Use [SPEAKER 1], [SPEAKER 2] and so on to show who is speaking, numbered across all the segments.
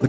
[SPEAKER 1] The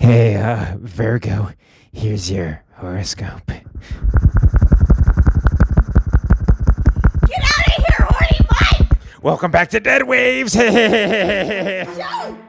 [SPEAKER 2] Hey, uh, Virgo, here's your horoscope.
[SPEAKER 3] Get out of here, horny Mike!
[SPEAKER 2] Welcome back to Dead Waves.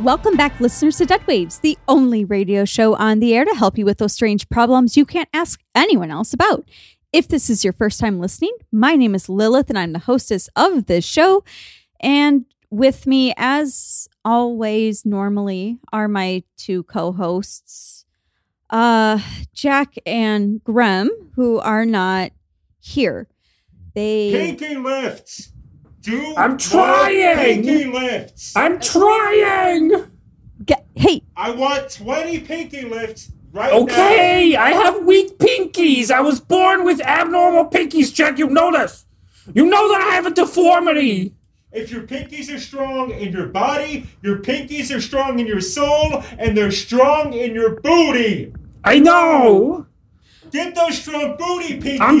[SPEAKER 3] Welcome back, listeners, to Dead Waves, the only radio show on the air to help you with those strange problems you can't ask anyone else about. If this is your first time listening, my name is Lilith and I'm the hostess of this show. And with me, as always, normally, are my two co hosts, uh, Jack and Grem, who are not here. They.
[SPEAKER 4] Pinky lifts. Do
[SPEAKER 5] I'm
[SPEAKER 4] more
[SPEAKER 5] trying!
[SPEAKER 4] Pinky lifts.
[SPEAKER 5] I'm trying.
[SPEAKER 3] Get, hey,
[SPEAKER 4] I want 20 pinky lifts right
[SPEAKER 5] Okay, I have weak pinkies. I was born with abnormal pinkies. Jack, you know this. You know that I have a deformity.
[SPEAKER 4] now. If your pinkies are strong in your body, your pinkies are strong in your soul, and they're strong in your booty.
[SPEAKER 5] I know.
[SPEAKER 4] Get those strong booty pinkies.
[SPEAKER 5] I'm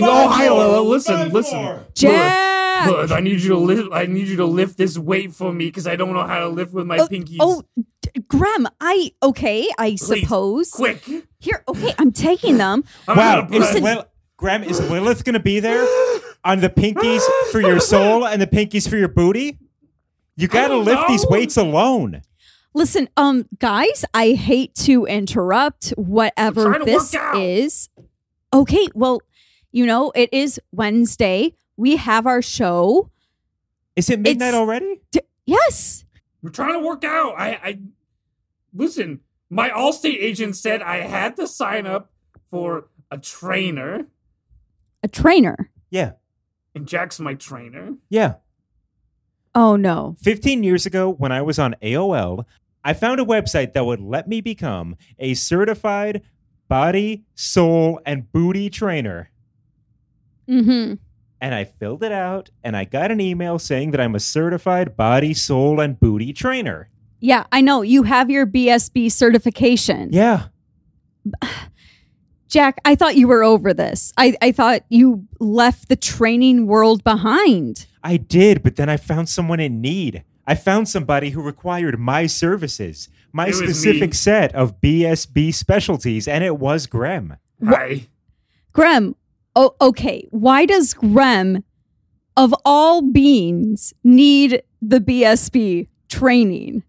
[SPEAKER 4] Five
[SPEAKER 5] Oh, hi,
[SPEAKER 4] more.
[SPEAKER 5] Lola. Listen,
[SPEAKER 4] Five
[SPEAKER 5] listen.
[SPEAKER 4] more.
[SPEAKER 3] Jack!
[SPEAKER 5] Look, I need you to lift. I need you to lift this weight for me because I don't know how to lift with my
[SPEAKER 3] Oh,
[SPEAKER 5] pinkies.
[SPEAKER 3] Oh, d- Graham, I okay, I
[SPEAKER 5] Please,
[SPEAKER 3] suppose.
[SPEAKER 5] quick!
[SPEAKER 3] Here, okay, I'm taking them.
[SPEAKER 5] I'm
[SPEAKER 6] Wow,
[SPEAKER 5] out of
[SPEAKER 6] is
[SPEAKER 5] breath.
[SPEAKER 6] Lil- Graham, is Lilith going to be there on the pinkies for your soul and the pinkies for your booty? You got to
[SPEAKER 5] don't
[SPEAKER 6] lift these
[SPEAKER 5] know.
[SPEAKER 6] weights alone.
[SPEAKER 3] Listen, um, guys, I hate to interrupt whatever
[SPEAKER 5] I'm trying to
[SPEAKER 3] this
[SPEAKER 5] work out.
[SPEAKER 3] is. Okay, well, you know, it is Wednesday. We have our show.
[SPEAKER 6] Is it midnight
[SPEAKER 3] It's-
[SPEAKER 6] already?
[SPEAKER 3] D- yes.
[SPEAKER 5] We're trying to work out. I, I listen. My Allstate agent said I had to sign up for a trainer,
[SPEAKER 3] A trainer.
[SPEAKER 6] Yeah,
[SPEAKER 5] and Jack's my trainer.
[SPEAKER 6] yeah.
[SPEAKER 3] Oh no.
[SPEAKER 6] 15 years ago, when I was on AOL, I found a website that would let me become a certified body, soul, and booty trainer.
[SPEAKER 3] Mm-hmm.
[SPEAKER 6] And I filled it out, and I got an email saying that I'm a certified body, soul, and booty trainer.
[SPEAKER 3] Yeah, I know. You have your BSB certification.
[SPEAKER 6] Yeah.
[SPEAKER 3] Jack, I thought you were over this. I, I thought you left the training world behind.
[SPEAKER 6] I did, but then I found someone in need. I found somebody who required my services, my
[SPEAKER 5] It was
[SPEAKER 6] specific
[SPEAKER 5] me.
[SPEAKER 6] set of BSB specialties, and it was Grem.
[SPEAKER 5] Hi.
[SPEAKER 3] Grem, oh, okay. Why does Grem, of all beings, need the BSB training?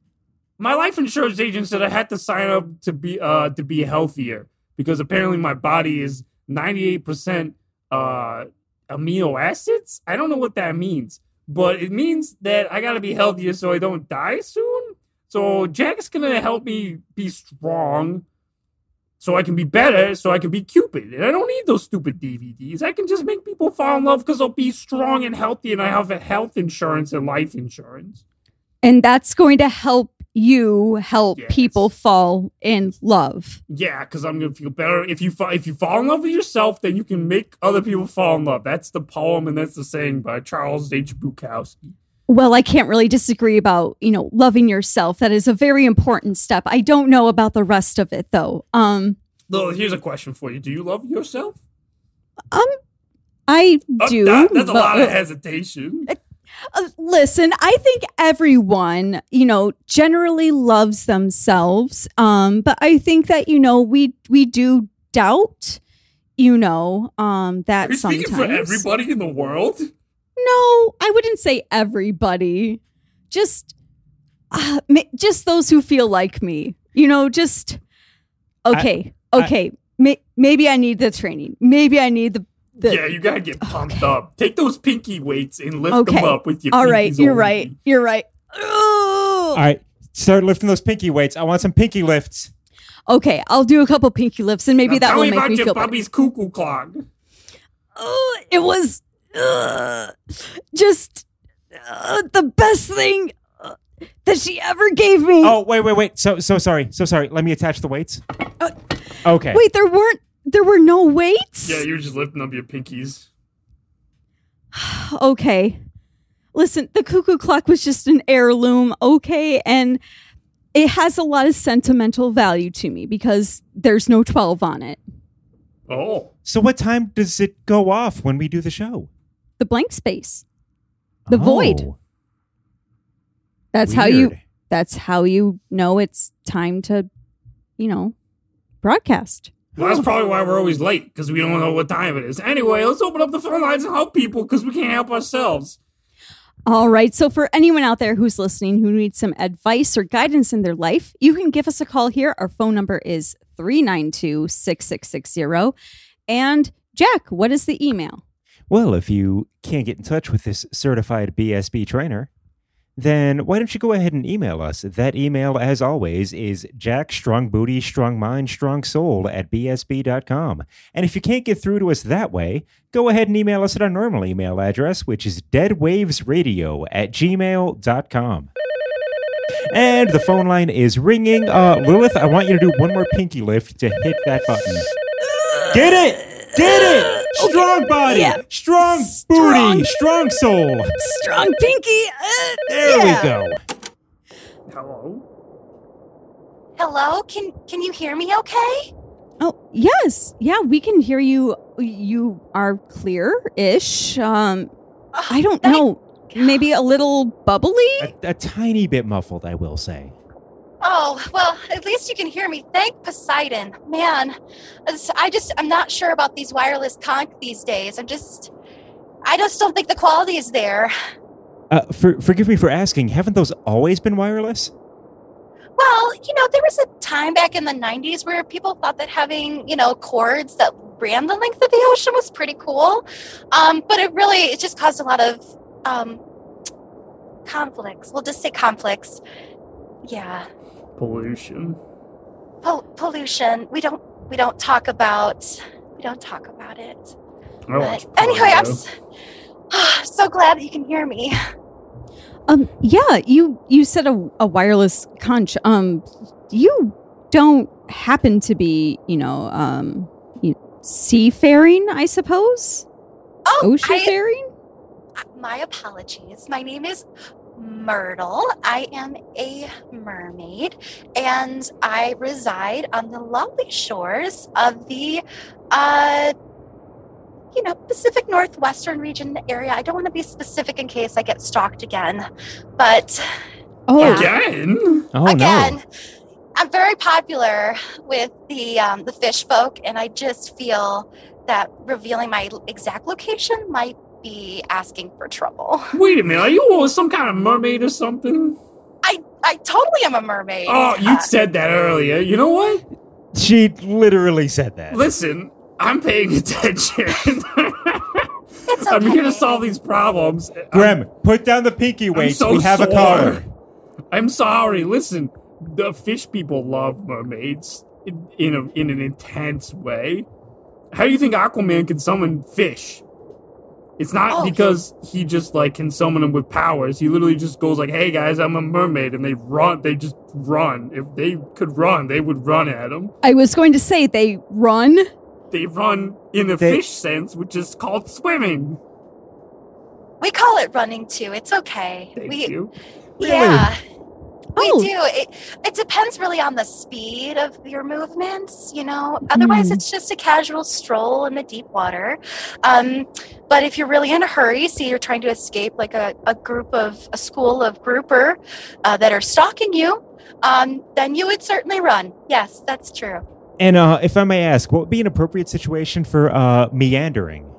[SPEAKER 5] My life insurance agent said I had to sign up to be uh to be healthier because apparently my body is ninety eight percent uh amino acids. I don't know what that means, but it means that I gotta be healthier so I don't die soon. So Jack's gonna help me be strong. So I can be better, so I can be Cupid. And I don't need those stupid DVDs. I can just make people fall in love because I'll be strong and healthy and I have a health insurance and life insurance.
[SPEAKER 3] And that's going to help you help
[SPEAKER 5] Yes.
[SPEAKER 3] people fall in love.
[SPEAKER 5] Yeah, because I'm gonna feel better if you fa- if you fall in love with yourself, then you can make other people fall in love. That's the poem and that's the saying by Charles H. Bukowski.
[SPEAKER 3] Well, I can't really disagree about, you know, loving yourself. That is a very important step. I don't know about the rest of it though. Um
[SPEAKER 5] Well, here's a question for you: Do you love yourself?
[SPEAKER 3] I
[SPEAKER 5] Uh,
[SPEAKER 3] do.
[SPEAKER 5] that- that's a
[SPEAKER 3] but-
[SPEAKER 5] lot of hesitation.
[SPEAKER 3] Uh, listen, I think everyone, you know, generally loves themselves. Um, but I think that you know we we do doubt, you know, um,
[SPEAKER 5] Are
[SPEAKER 3] that
[SPEAKER 5] you
[SPEAKER 3] sometimes.
[SPEAKER 5] speaking for everybody in the world?
[SPEAKER 3] No, I wouldn't say everybody. Just, uh, ma- just those who feel like me. You know, just okay,
[SPEAKER 6] I-
[SPEAKER 3] okay. May maybe I need the training. Maybe I need the the.
[SPEAKER 5] yeah, you gotta get pumped up. Take those pinky weights and lift them
[SPEAKER 3] Okay.
[SPEAKER 5] up with your.
[SPEAKER 3] All right,
[SPEAKER 5] pinkies
[SPEAKER 3] you're
[SPEAKER 5] only.
[SPEAKER 3] right. You're right. Ugh.
[SPEAKER 6] All right, start lifting those pinky weights. I want some pinky lifts.
[SPEAKER 3] Okay, I'll do a couple pinky lifts, and maybe
[SPEAKER 5] Now
[SPEAKER 3] that
[SPEAKER 5] tell
[SPEAKER 3] will
[SPEAKER 5] me
[SPEAKER 3] make
[SPEAKER 5] about
[SPEAKER 3] me
[SPEAKER 5] your
[SPEAKER 3] feel better.
[SPEAKER 5] Bobby's cuckoo clock.
[SPEAKER 3] Oh, it was uh, just uh, the best thing uh, that she ever gave me.
[SPEAKER 6] Oh, wait, wait, wait. So, so sorry. So sorry. Let me attach the weights.
[SPEAKER 3] Uh,
[SPEAKER 6] Okay.
[SPEAKER 3] Wait, there weren't there were no weights.
[SPEAKER 5] Yeah, you're just lifting up your pinkies.
[SPEAKER 3] okay. Listen, the cuckoo clock was just an heirloom, okay, and it has a lot of sentimental value to me because there's no 12 on it.
[SPEAKER 5] Oh,
[SPEAKER 6] So, what time does it go off when we do the show?
[SPEAKER 3] The blank space. The
[SPEAKER 6] Oh,
[SPEAKER 3] void. That's how you
[SPEAKER 6] weird.
[SPEAKER 3] that's how you know it's time to, you know, broadcast.
[SPEAKER 5] Well, that's probably why we're always late because we don't know what time it is. Anyway, let's open up the phone lines and help people because we can't help ourselves.
[SPEAKER 3] All right. So, for anyone out there who's listening who needs some advice or guidance in their life, you can give us a call here. Our phone number is 392 6660. And, Jack, what is the email?
[SPEAKER 6] Well, if you can't get in touch with this certified BSB trainer, then why don't you go ahead and email us? That email, as always, is Jack Strong Booty, Strong Mind, Strong Soul at BSB.com. And if you can't get through to us that way, go ahead and email us at our normal email address, which is deadwavesradio at gmail.com. And the phone line is ringing. Uh, Lilith, I want you to do one more pinky lift to hit that button. Get it! Get it! Strong body,
[SPEAKER 3] Yeah.
[SPEAKER 6] strong booty, strong soul.
[SPEAKER 3] Strong Pinky. Uh,
[SPEAKER 6] There
[SPEAKER 3] yeah.
[SPEAKER 6] we go.
[SPEAKER 5] Hello?
[SPEAKER 7] Hello, can can you hear me okay?
[SPEAKER 3] Oh, yes. Yeah, we can hear you. You are clear ish. Um,
[SPEAKER 7] Oh,
[SPEAKER 3] I don't
[SPEAKER 7] thank
[SPEAKER 3] know. Maybe a little bubbly?
[SPEAKER 6] A, a tiny bit muffled, I will say.
[SPEAKER 7] Oh, well, at least you can hear me. Thank Poseidon. Man, it's- I just I'm not sure about these wireless conch these days. I'm just I just don't think the quality is there.
[SPEAKER 6] Uh, for, forgive me for asking. Haven't those always been wireless?
[SPEAKER 7] Well, you know, there was a time back in the 90s where people thought that having, you know, cords that ran the length of the ocean was pretty cool. Um, but it really, it just caused a lot of um, conflicts. We'll just say conflicts. Yeah.
[SPEAKER 5] Pollution.
[SPEAKER 7] Pol- pollution. We don't, we don't talk about, we don't talk about it.
[SPEAKER 5] I watch
[SPEAKER 7] But Uh, anyway, I'm
[SPEAKER 5] porno.
[SPEAKER 7] s- so glad that you can hear me.
[SPEAKER 3] Um, yeah, you you said a, a wireless conch. Um, you don't happen to be, you know, um, you, seafaring, I suppose,
[SPEAKER 7] Oh, I-
[SPEAKER 3] oceanfaring.
[SPEAKER 7] My apologies. My name is Myrtle. I am a mermaid and I reside on the lovely shores of the uh you know, Pacific Northwestern region area. I don't want to be specific in case I get stalked again. But
[SPEAKER 3] Oh,
[SPEAKER 7] yeah.
[SPEAKER 5] Again?
[SPEAKER 6] Oh
[SPEAKER 7] again,
[SPEAKER 6] no!
[SPEAKER 7] I'm very popular with the um, the fish folk, and I just feel that revealing my exact location might be asking for trouble.
[SPEAKER 5] Wait a minute. Are you some kind of mermaid or something?
[SPEAKER 7] I I totally am a mermaid.
[SPEAKER 5] Oh,
[SPEAKER 7] Uh,
[SPEAKER 5] you said that earlier. You know what?
[SPEAKER 6] She literally said that.
[SPEAKER 5] Listen, I'm paying attention.
[SPEAKER 7] it's
[SPEAKER 5] I'm here
[SPEAKER 7] okay.
[SPEAKER 5] to solve these problems. I'm-
[SPEAKER 6] Grim, put down the pinky
[SPEAKER 5] I'm
[SPEAKER 6] weights.
[SPEAKER 5] so
[SPEAKER 6] we have a
[SPEAKER 5] sore.
[SPEAKER 6] caller.
[SPEAKER 5] I'm sorry. Listen, the fish people love mermaids in, in, a, in an intense way. How do you think Aquaman can summon fish? It's not
[SPEAKER 7] Oh, he-
[SPEAKER 5] because he just like can summon them with powers. He literally just goes like, "Hey guys, I'm a mermaid," and they run. They just run. If they could run, they would run at him.
[SPEAKER 3] I was going to say they run.
[SPEAKER 5] They run in the
[SPEAKER 6] They-
[SPEAKER 5] fish sense, which is called swimming.
[SPEAKER 7] We call it running too. It's okay.
[SPEAKER 5] Thank
[SPEAKER 7] we
[SPEAKER 5] you.
[SPEAKER 7] yeah.
[SPEAKER 3] Oh.
[SPEAKER 7] We do. It, it depends really on the speed of your movements, you know. Otherwise,
[SPEAKER 3] Mm.
[SPEAKER 7] it's just a casual stroll in the deep water. Um, but if you're really in a hurry, say you're trying to escape like a, a group of a school of grouper uh, that are stalking you, um, then you would certainly run. Yes, that's true.
[SPEAKER 6] And uh, if I may ask, what would be an appropriate situation for uh, meandering?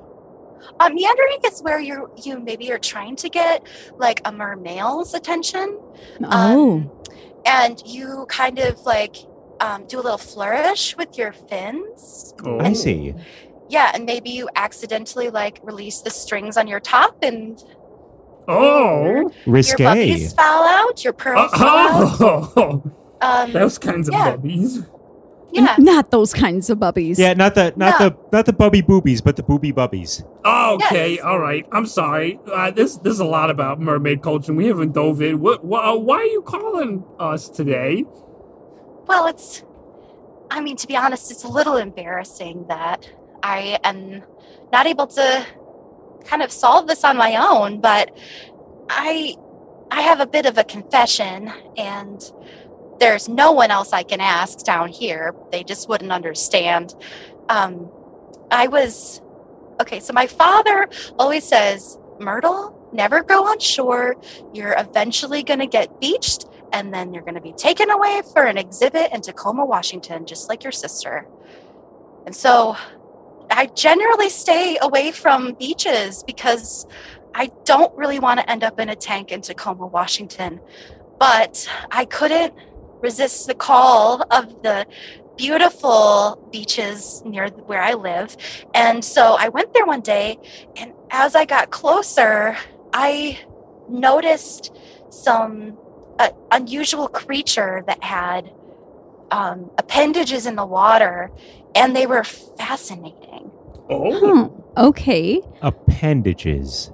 [SPEAKER 7] Um, meandering is where you you maybe are trying to get like a mermail's attention. Uh,
[SPEAKER 3] Oh.
[SPEAKER 7] and you kind of like um, do a little flourish with your fins.
[SPEAKER 5] Oh.
[SPEAKER 6] I see.
[SPEAKER 7] Yeah, and maybe you accidentally like release the strings on your top and
[SPEAKER 5] Oh,
[SPEAKER 7] your
[SPEAKER 6] Risque.
[SPEAKER 7] bubbies fall out, your pearls fall
[SPEAKER 5] oh,
[SPEAKER 7] out. Um,
[SPEAKER 5] those kinds
[SPEAKER 7] Yeah.
[SPEAKER 5] of bubbies.
[SPEAKER 7] yeah,
[SPEAKER 3] Not those kinds of bubbies.
[SPEAKER 6] Yeah, not the not
[SPEAKER 7] No.
[SPEAKER 6] the not the bubby boobies, but the booby bubbies.
[SPEAKER 5] Oh, okay,
[SPEAKER 7] Yes.
[SPEAKER 5] all right. I'm sorry. Uh, this there's a lot about mermaid culture. and We haven't dove in. What? wh- uh, why are you calling us today?
[SPEAKER 7] well, it's, I mean, to be honest, it's a little embarrassing that I am not able to kind of solve this on my own, but I, I have a bit of a confession and there's no one else I can ask down here. They just wouldn't understand. Um, I was okay. So my father always says, Myrtle, never go on shore. You're eventually going to get beached, and then you're going to be taken away for an exhibit in Tacoma, Washington, just like your sister. And so I generally stay away from beaches because I don't really want to end up in a tank in Tacoma, Washington. But I couldn't resist the call of the beautiful beaches near where I live. And so I went there one day, and as I got closer, I noticed some uh, unusual creature that had um, appendages in the water, and they were fascinating.
[SPEAKER 6] Hmm.
[SPEAKER 5] Oh,
[SPEAKER 3] Huh. Okay.
[SPEAKER 6] Appendages.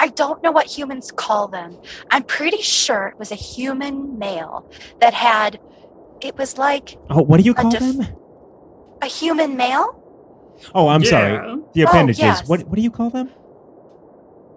[SPEAKER 7] I don't know what humans call them. I'm pretty sure it was a human male that had, it was like
[SPEAKER 6] Oh, what do you
[SPEAKER 7] A
[SPEAKER 6] call
[SPEAKER 7] def-
[SPEAKER 6] them?
[SPEAKER 7] a human male
[SPEAKER 6] Oh, I'm
[SPEAKER 5] yeah.
[SPEAKER 6] sorry. The
[SPEAKER 7] Oh,
[SPEAKER 6] appendages.
[SPEAKER 7] yes.
[SPEAKER 6] What what do you call them?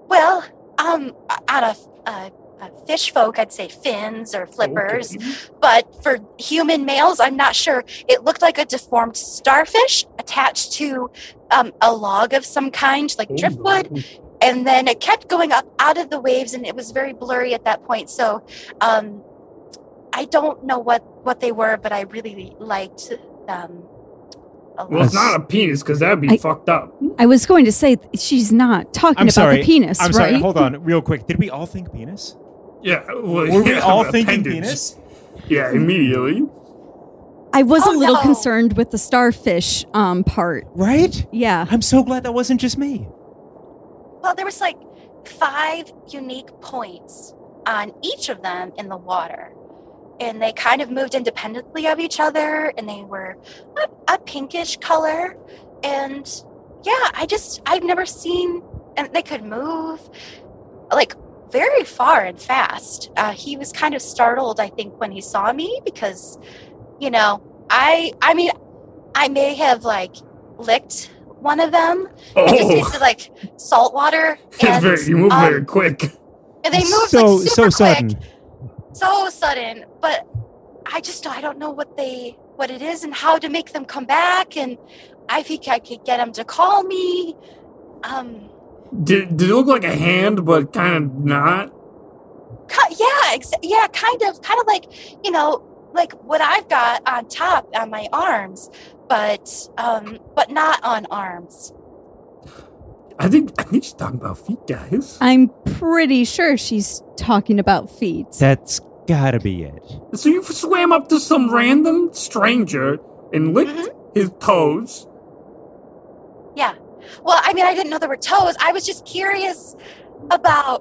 [SPEAKER 7] Well, um, out of uh, uh, fish folk, I'd say fins or flippers.
[SPEAKER 5] Okay.
[SPEAKER 7] But for human males, I'm not sure. It looked like a deformed starfish attached to um, a log of some kind, like
[SPEAKER 5] Oh,
[SPEAKER 7] driftwood.
[SPEAKER 5] no.
[SPEAKER 7] And then it kept going up out of the waves, and it was very blurry at that point. So um, I don't know what, what they were, but I really liked them. a
[SPEAKER 5] Well, it's
[SPEAKER 7] lot.
[SPEAKER 5] not a penis because that'd be
[SPEAKER 3] I-
[SPEAKER 5] fucked up.
[SPEAKER 3] I was going to say th- she's not talking
[SPEAKER 6] I'm
[SPEAKER 3] about
[SPEAKER 6] sorry.
[SPEAKER 3] the penis,
[SPEAKER 6] I'm
[SPEAKER 3] right?
[SPEAKER 6] sorry. Hold on, real quick. Did we all think penis?
[SPEAKER 5] Yeah. Well,
[SPEAKER 6] Were we
[SPEAKER 5] yeah,
[SPEAKER 6] all
[SPEAKER 5] an
[SPEAKER 6] thinking
[SPEAKER 5] appendage.
[SPEAKER 6] penis?
[SPEAKER 5] Yeah, immediately.
[SPEAKER 3] I was
[SPEAKER 7] Oh,
[SPEAKER 3] a little
[SPEAKER 7] no.
[SPEAKER 3] concerned with the starfish um part.
[SPEAKER 6] Right?
[SPEAKER 3] Yeah.
[SPEAKER 6] I'm so glad that wasn't just me.
[SPEAKER 7] Well, there was like five unique points on each of them in the water. And they kind of moved independently of each other and they were a, a pinkish color. And yeah, I just, I've never seen, and they could move like very far and fast. Uh, he was kind of startled, I think, when he saw me because, you know, I, I mean, I may have like licked one of them it just
[SPEAKER 5] Oh,
[SPEAKER 7] tasted like salt water.
[SPEAKER 5] it's
[SPEAKER 7] And,
[SPEAKER 5] very, you move
[SPEAKER 7] um,
[SPEAKER 5] very quick.
[SPEAKER 7] and they moved
[SPEAKER 6] so
[SPEAKER 7] like
[SPEAKER 6] so
[SPEAKER 7] super quick,
[SPEAKER 6] sudden.
[SPEAKER 7] so sudden. But I just I don't know what they what it is and how to make them come back. And I think I could get them to call me. Um,
[SPEAKER 5] Did, did it look like a hand, but kind of not?
[SPEAKER 7] ki- yeah, ex- yeah, kind of, kind of like you know, like what I've got on top on my arms, but um, but not on arms.
[SPEAKER 5] I think I think she's talking about feet, guys.
[SPEAKER 3] I'm pretty sure she's talking about feet.
[SPEAKER 6] That's gotta be it.
[SPEAKER 5] So you swam up to some random stranger and licked
[SPEAKER 7] Mhm.
[SPEAKER 5] his toes.
[SPEAKER 7] Well, I mean, I didn't know there were toes. I was just curious about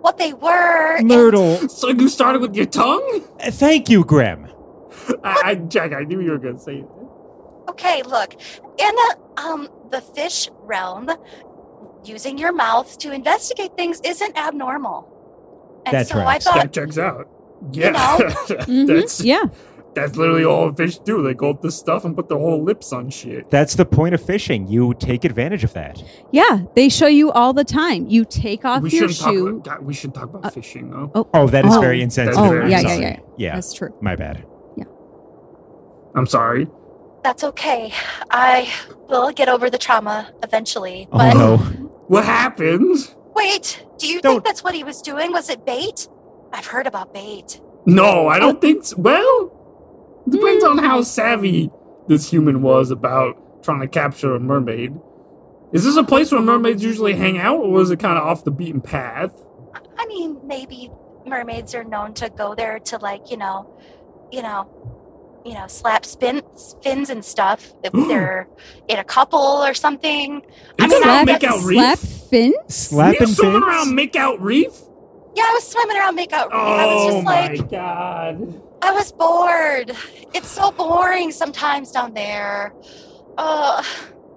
[SPEAKER 7] what they were. and-
[SPEAKER 6] Myrtle,
[SPEAKER 5] So you started with your tongue?
[SPEAKER 6] uh, thank you, Graham.
[SPEAKER 5] I, I Jack, I knew you were gonna say it.
[SPEAKER 7] Okay, look, in the um the fish realm, using your mouth to investigate things isn't abnormal. And
[SPEAKER 6] That
[SPEAKER 7] so
[SPEAKER 6] tracks.
[SPEAKER 7] I thought,
[SPEAKER 5] that checks out. Yeah,
[SPEAKER 7] know.
[SPEAKER 3] Mhm.
[SPEAKER 5] that's
[SPEAKER 3] yeah.
[SPEAKER 5] that's literally all fish do. They go up the stuff and put their whole lips on shit.
[SPEAKER 6] That's the point of fishing. You take advantage of that.
[SPEAKER 3] Yeah. They show you all the time. You take off
[SPEAKER 5] we
[SPEAKER 3] your
[SPEAKER 5] shouldn't talk.
[SPEAKER 3] shoe.
[SPEAKER 5] About, God, we should talk about
[SPEAKER 3] Uh,
[SPEAKER 5] fishing though.
[SPEAKER 6] Oh, that is
[SPEAKER 3] Oh.
[SPEAKER 6] very insensitive.
[SPEAKER 5] That's
[SPEAKER 3] Oh,
[SPEAKER 5] very
[SPEAKER 6] I'm
[SPEAKER 3] yeah, yeah,
[SPEAKER 6] sorry.
[SPEAKER 3] yeah,
[SPEAKER 6] Yeah,
[SPEAKER 3] That's true.
[SPEAKER 6] my bad.
[SPEAKER 5] I'm sorry.
[SPEAKER 7] that's okay. I will get over the trauma eventually.
[SPEAKER 6] Oh,
[SPEAKER 7] But
[SPEAKER 6] no.
[SPEAKER 5] What happens?
[SPEAKER 7] wait, do you
[SPEAKER 6] Don't-
[SPEAKER 7] think that's what he was doing? Was it bait? I've heard about bait.
[SPEAKER 5] No, I
[SPEAKER 7] Uh,
[SPEAKER 5] don't think. So. Well, depends on
[SPEAKER 7] hmm.
[SPEAKER 5] how savvy this human was about trying to capture a mermaid. Is this a place where mermaids usually hang out, or is it kind of off the beaten path?
[SPEAKER 7] I mean, maybe mermaids are known to go there to like, you know, you know, you know, slap spin, fins and stuff if they're in a couple or something. I
[SPEAKER 5] Did
[SPEAKER 7] mean,
[SPEAKER 5] someone
[SPEAKER 7] I-
[SPEAKER 3] Slap,
[SPEAKER 5] make out reef?
[SPEAKER 3] slap fin?
[SPEAKER 5] Did
[SPEAKER 6] Slapping
[SPEAKER 5] someone
[SPEAKER 6] fins?
[SPEAKER 5] around make out reef?
[SPEAKER 7] Yeah, I was swimming around makeout. I was
[SPEAKER 5] Oh
[SPEAKER 7] just
[SPEAKER 5] my
[SPEAKER 7] like,
[SPEAKER 5] god!
[SPEAKER 7] I was bored. It's so boring sometimes down there. Uh,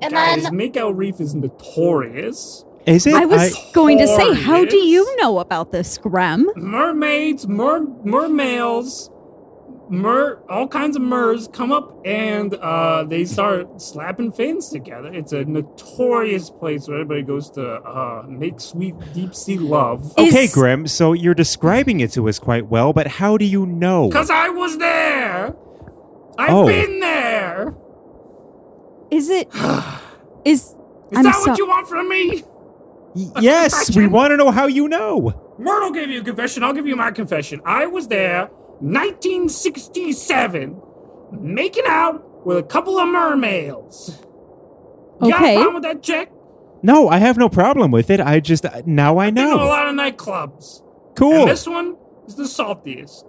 [SPEAKER 7] and
[SPEAKER 5] Guys,
[SPEAKER 7] then
[SPEAKER 5] make out reef is notorious.
[SPEAKER 6] Is it?
[SPEAKER 3] I was going to say, how do
[SPEAKER 5] Glorious.
[SPEAKER 3] you know about this, Grem?
[SPEAKER 5] mermaids, mer mermales, mer all kinds of mers come up and uh, they start slapping fins together. It's a notorious place where everybody goes to uh, make sweet deep sea love.
[SPEAKER 6] Okay,
[SPEAKER 3] Is-
[SPEAKER 6] Grim, so you're describing it to us quite well, but how do you know?
[SPEAKER 5] Cause I was there. I've
[SPEAKER 6] Oh.
[SPEAKER 5] been there.
[SPEAKER 3] Is it? Is
[SPEAKER 5] Is
[SPEAKER 3] I'm
[SPEAKER 5] that
[SPEAKER 3] so-
[SPEAKER 5] what you want from me?
[SPEAKER 6] Y- yes, we want to know how you know.
[SPEAKER 5] Myrtle gave you a confession. I'll give you my confession. I was there 1967 making out with a couple of mermaids. You got a
[SPEAKER 3] Okay.
[SPEAKER 5] problem with that check?
[SPEAKER 6] No, I have no problem with it. I just uh, now I
[SPEAKER 5] Been to a
[SPEAKER 6] know.
[SPEAKER 5] lot of nightclubs.
[SPEAKER 6] Cool.
[SPEAKER 5] And this one is the saltiest.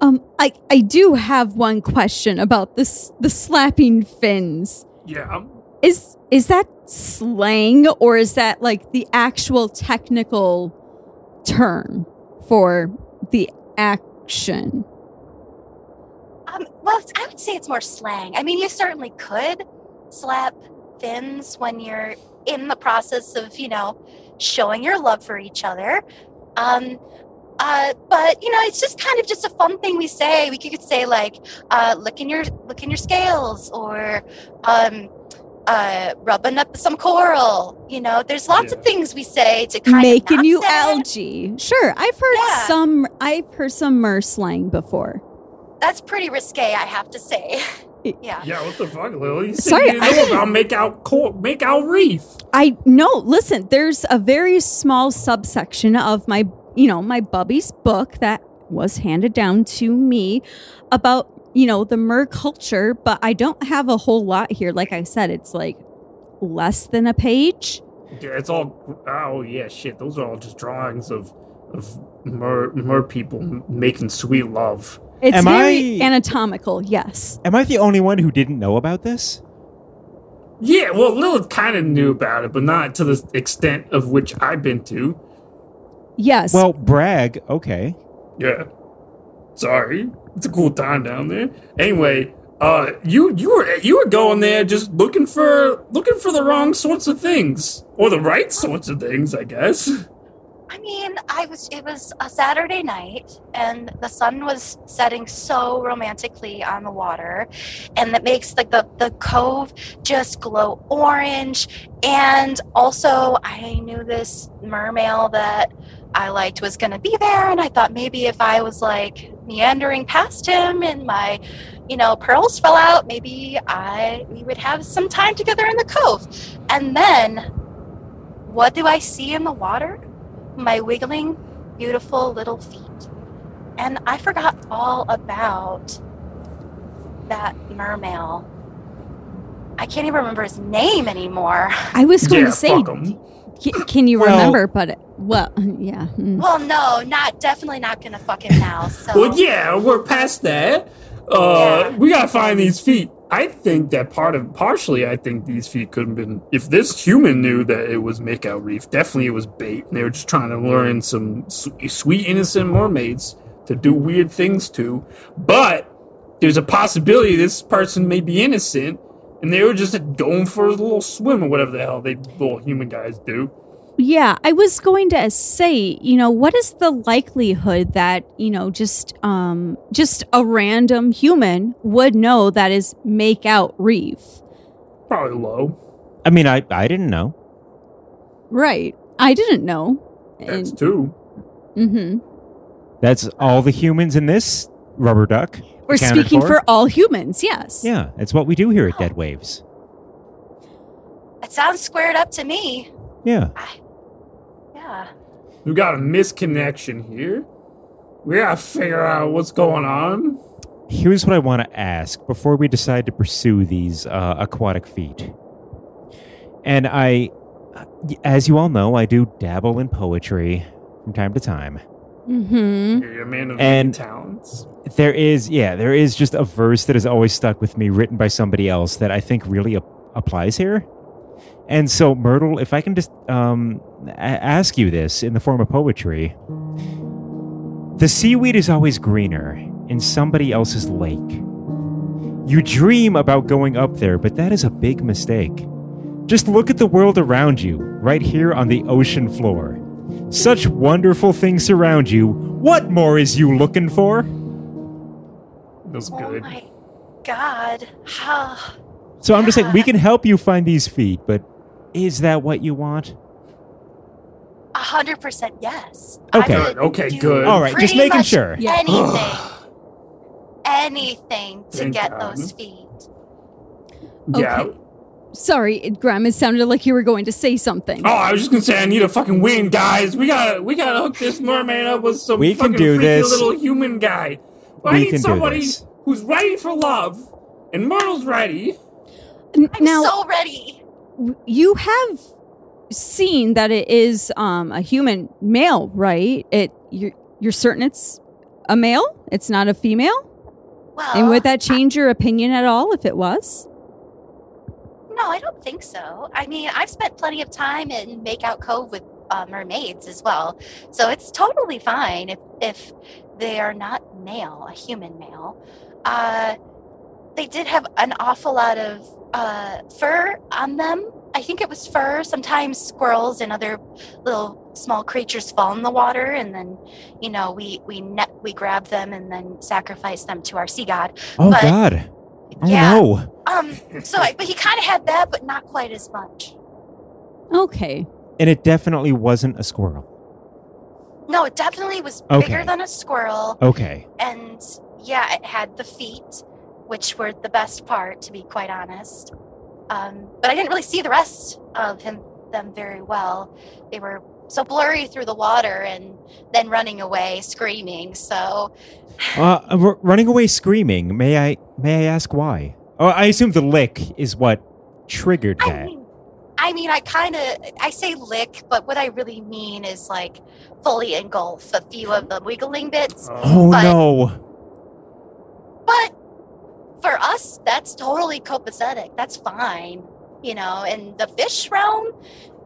[SPEAKER 3] um I I do have one question about this the slapping fins.
[SPEAKER 5] Yeah.
[SPEAKER 3] Is is that slang or is that like the actual technical term for the action?
[SPEAKER 7] Um, well, I would say it's more slang. I mean, you certainly could slap fins when you're in the process of, you know, showing your love for each other. Um, uh, but you know, it's just kind of just a fun thing we say. We could could say like, uh, "Look in your look in your scales," or um, uh, "Rubbing up some coral." You know, there's lots
[SPEAKER 5] Yeah.
[SPEAKER 7] of things we say to kind of
[SPEAKER 3] Making
[SPEAKER 7] not
[SPEAKER 3] you
[SPEAKER 7] say.
[SPEAKER 3] algae. Sure, I've heard
[SPEAKER 7] Yeah.
[SPEAKER 3] some I've heard some mer slang before.
[SPEAKER 7] That's pretty risque, I have to say. yeah.
[SPEAKER 5] Yeah, what the fuck, Lily? You said
[SPEAKER 3] Sorry,
[SPEAKER 5] you didn't
[SPEAKER 3] I
[SPEAKER 5] know about make out cor- make out reef.
[SPEAKER 3] I no, listen, there's a very small subsection of my, you know, my Bubby's book that was handed down to me about, you know, the mer culture, but I don't have a whole lot here. Like I said, it's like less than a page.
[SPEAKER 5] Yeah, it's all oh yeah, shit. Those are all just drawings of of mer mer people m- making sweet love.
[SPEAKER 3] It's
[SPEAKER 6] Am
[SPEAKER 3] very
[SPEAKER 6] I-
[SPEAKER 3] anatomical, yes.
[SPEAKER 6] Am I the only one who didn't know about this?
[SPEAKER 5] Yeah, well, Lilith kind of knew about it, but not to the extent of which I've been to.
[SPEAKER 3] Yes.
[SPEAKER 6] Well, brag. Okay.
[SPEAKER 5] Yeah. Sorry. It's a cool time down there. Anyway, uh you you were you were going there just looking for looking for the wrong sorts of things or the right sorts of things, I guess.
[SPEAKER 7] I mean, I was it was a Saturday night and the sun was setting so romantically on the water and that makes like the, the cove just glow orange and also I knew this mermail that I liked was gonna be there and I thought maybe if I was like meandering past him and my you know pearls fell out, maybe I we would have some time together in the cove. And then what do I see in the water? my wiggling, beautiful little feet. And I forgot all about that mermail. I can't even remember his name anymore.
[SPEAKER 3] I was going
[SPEAKER 5] yeah,
[SPEAKER 3] to say,
[SPEAKER 5] fuck 'em.
[SPEAKER 3] c- can you
[SPEAKER 6] Well-
[SPEAKER 3] remember? But well, yeah. mm.
[SPEAKER 7] Well, no, not definitely not gonna fuck him now. So
[SPEAKER 5] Well, yeah, we're past that. Uh,
[SPEAKER 7] Yeah.
[SPEAKER 5] We gotta find these feet. I think that part of partially, I think these feet could have been. If this human knew that it was makeout reef, definitely it was bait, and they were just trying to lure in some s- sweet, innocent mermaids to do weird things to. But there's a possibility this person may be innocent, and they were just going for a little swim or whatever the hell they little human guys do.
[SPEAKER 3] Yeah, I was going to say, you know, what is the likelihood that, you know, just um just a random human would know that is make out Reeve?
[SPEAKER 5] Probably low.
[SPEAKER 6] I mean, I, I didn't know.
[SPEAKER 3] Right. I didn't know.
[SPEAKER 5] That's two.
[SPEAKER 3] hmm
[SPEAKER 6] That's all the humans in this rubber duck.
[SPEAKER 3] We're
[SPEAKER 6] Accounted
[SPEAKER 3] speaking
[SPEAKER 6] for?
[SPEAKER 3] for all humans, yes.
[SPEAKER 6] Yeah, that's what we do here at Dead Waves.
[SPEAKER 7] That sounds squared up to me.
[SPEAKER 6] Yeah.
[SPEAKER 7] Yeah.
[SPEAKER 5] We got a misconnection here. We gotta figure out what's going on.
[SPEAKER 6] Here's what I want to ask before we decide to pursue these uh, aquatic feet. And I, as you all know, I do dabble in poetry from time to time.
[SPEAKER 3] hmm
[SPEAKER 5] You're a man of
[SPEAKER 6] And-
[SPEAKER 5] many talents.
[SPEAKER 6] There is, yeah, there is just a verse that has always stuck with me, written by somebody else that I think really ap- applies here. And so, Myrtle, if I can just um, a- ask you this in the form of poetry The seaweed is always greener in somebody else's lake. You dream about going up there, but that is a big mistake. Just look at the world around you, right here on the ocean floor. Such wonderful things surround you. What more is you looking for?
[SPEAKER 5] That's
[SPEAKER 7] Oh
[SPEAKER 5] good.
[SPEAKER 7] my God. How?
[SPEAKER 6] So I'm just saying we can help you find these feet, but is that what you want?
[SPEAKER 7] A hundred percent yes.
[SPEAKER 6] Okay.
[SPEAKER 7] I would
[SPEAKER 5] Okay,
[SPEAKER 7] do
[SPEAKER 5] good.
[SPEAKER 6] All right, just
[SPEAKER 7] pretty
[SPEAKER 6] making
[SPEAKER 7] much
[SPEAKER 6] sure.
[SPEAKER 3] Yeah.
[SPEAKER 7] Anything, anything to
[SPEAKER 5] Thank
[SPEAKER 7] get
[SPEAKER 5] God.
[SPEAKER 7] those feet.
[SPEAKER 5] Yeah.
[SPEAKER 3] Okay. Sorry, it- Graham, it sounded like you were going to say something.
[SPEAKER 5] Oh, I was just gonna say I need a fucking win, guys. We gotta we gotta hook this merman up with some
[SPEAKER 6] We can
[SPEAKER 5] fucking
[SPEAKER 6] do
[SPEAKER 5] freaky
[SPEAKER 6] this.
[SPEAKER 5] little human guy. I
[SPEAKER 6] We
[SPEAKER 5] need
[SPEAKER 6] can do
[SPEAKER 5] somebody
[SPEAKER 6] this.
[SPEAKER 5] who's ready for love, and Myrtle's ready.
[SPEAKER 3] N-
[SPEAKER 7] I'm
[SPEAKER 3] now,
[SPEAKER 7] so ready.
[SPEAKER 3] w- you have seen that it is um, a human male, right? It you're, you're certain it's a male. It's not a female.
[SPEAKER 7] Well,
[SPEAKER 3] and
[SPEAKER 6] Uh-huh.
[SPEAKER 3] would that change your opinion at all if it was?
[SPEAKER 7] no, I don't think so. I mean, I've spent plenty of time in Makeout Cove with uh, mermaids as well, so it's totally fine if if they are not male, a human male. Uh, they did have an awful lot of uh, fur on them. I think it was fur. Sometimes squirrels and other little small creatures fall in the water, and then you know we we net we grab them and then sacrifice them to our sea god.
[SPEAKER 6] Oh
[SPEAKER 7] But-
[SPEAKER 6] God! Oh no!
[SPEAKER 7] Um. So, I, but he kind of had that, but not quite as much.
[SPEAKER 3] Okay.
[SPEAKER 6] And it definitely wasn't a squirrel.
[SPEAKER 7] No, it definitely was
[SPEAKER 6] Okay.
[SPEAKER 7] bigger than a squirrel,
[SPEAKER 6] Okay.
[SPEAKER 7] and yeah, it had the feet, which were the best part, to be quite honest. Um, but I didn't really see the rest of him them very well. They were so blurry through the water, and then running away screaming. So
[SPEAKER 6] Uh, r- running away screaming. May I? May I ask why? Oh, I assume the lick is what triggered
[SPEAKER 7] I
[SPEAKER 6] that.
[SPEAKER 7] mean, I mean, I kind of I say lick, but what I really mean is like fully engulf a few of the wiggling bits.
[SPEAKER 6] Oh
[SPEAKER 7] but-
[SPEAKER 6] no!
[SPEAKER 7] But for us, that's totally copacetic. That's fine. You know, in the fish realm,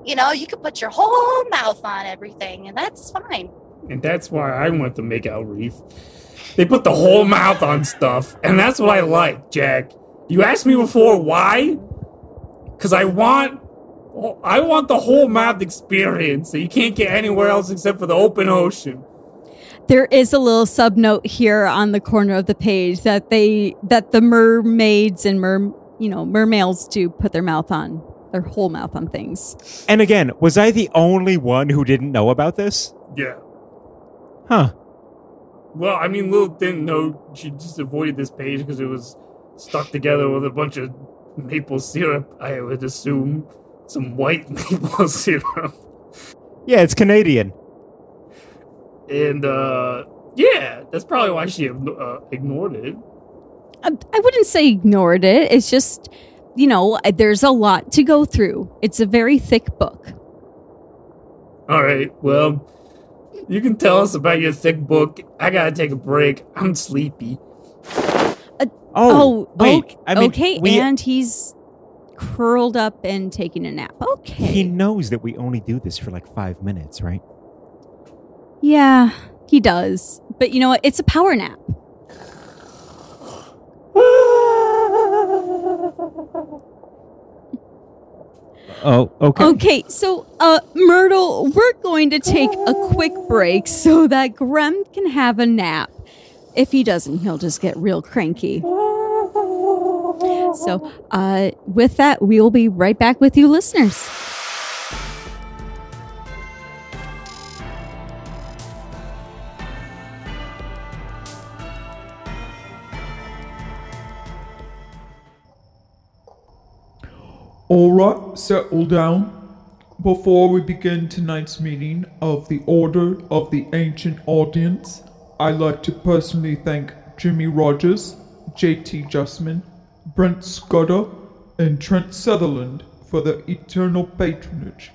[SPEAKER 7] you know, you could put your whole mouth on everything and that's fine.
[SPEAKER 5] And that's why I went to make out Reef. They put the whole mouth on stuff, and that's what I like, Jack. You asked me before why? Cause I want I want the whole mouth experience that you can't get anywhere else except for the open ocean.
[SPEAKER 3] There is a little sub note here on the corner of the page that they that the mermaids and mer you know mermaids do put their mouth on their whole mouth on things.
[SPEAKER 6] And again, was I the only one who didn't know about this?
[SPEAKER 5] Yeah.
[SPEAKER 6] Huh?
[SPEAKER 5] Well, I mean, Lil didn't know she just avoided this page because it was stuck together with a bunch of maple syrup. I would assume some white maple syrup.
[SPEAKER 6] Yeah, it's Canadian.
[SPEAKER 5] And uh, yeah, that's probably why she uh, ignored it.
[SPEAKER 3] I, I wouldn't say ignored it. It's just you know there's a lot to go through. It's a very thick book.
[SPEAKER 5] All right, well, you can tell us about your thick book. I gotta take a break. I'm sleepy.
[SPEAKER 6] Oh, wait.
[SPEAKER 3] ok-
[SPEAKER 6] I mean,
[SPEAKER 3] okay.
[SPEAKER 6] we-
[SPEAKER 3] and he's curled up and taking a nap. Okay.
[SPEAKER 6] He knows that we only do this for like five minutes, right?
[SPEAKER 3] yeah, he does. But you know what? It's a power nap.
[SPEAKER 6] Oh, okay.
[SPEAKER 3] Okay, so uh, Myrtle, we're going to take a quick break so that Grem can have a nap. If he doesn't, he'll just get real cranky. So, uh, with that, we will be right back with you, listeners.
[SPEAKER 8] All right, settle down. Before we begin tonight's meeting of the Order of the Ancient Audience, I'd like to personally thank Jimmy Rogers, JT Justman, Brent Scudder, and Trent Sutherland for their eternal patronage.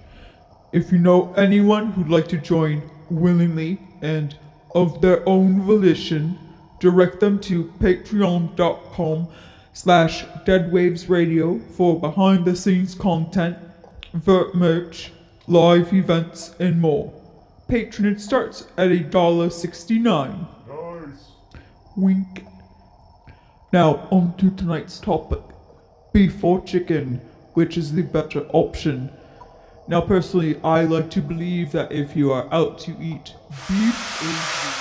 [SPEAKER 8] If you know anyone who'd like to join willingly and of their own volition, direct them to patreon.com slash deadwavesradio for behind the scenes content, vert merch, live events, and more. Patronage starts at $1.69. Wink. Now, on to tonight's topic beef or chicken, which is the better option. Now, personally, I like to believe that if you are out to eat, beef is.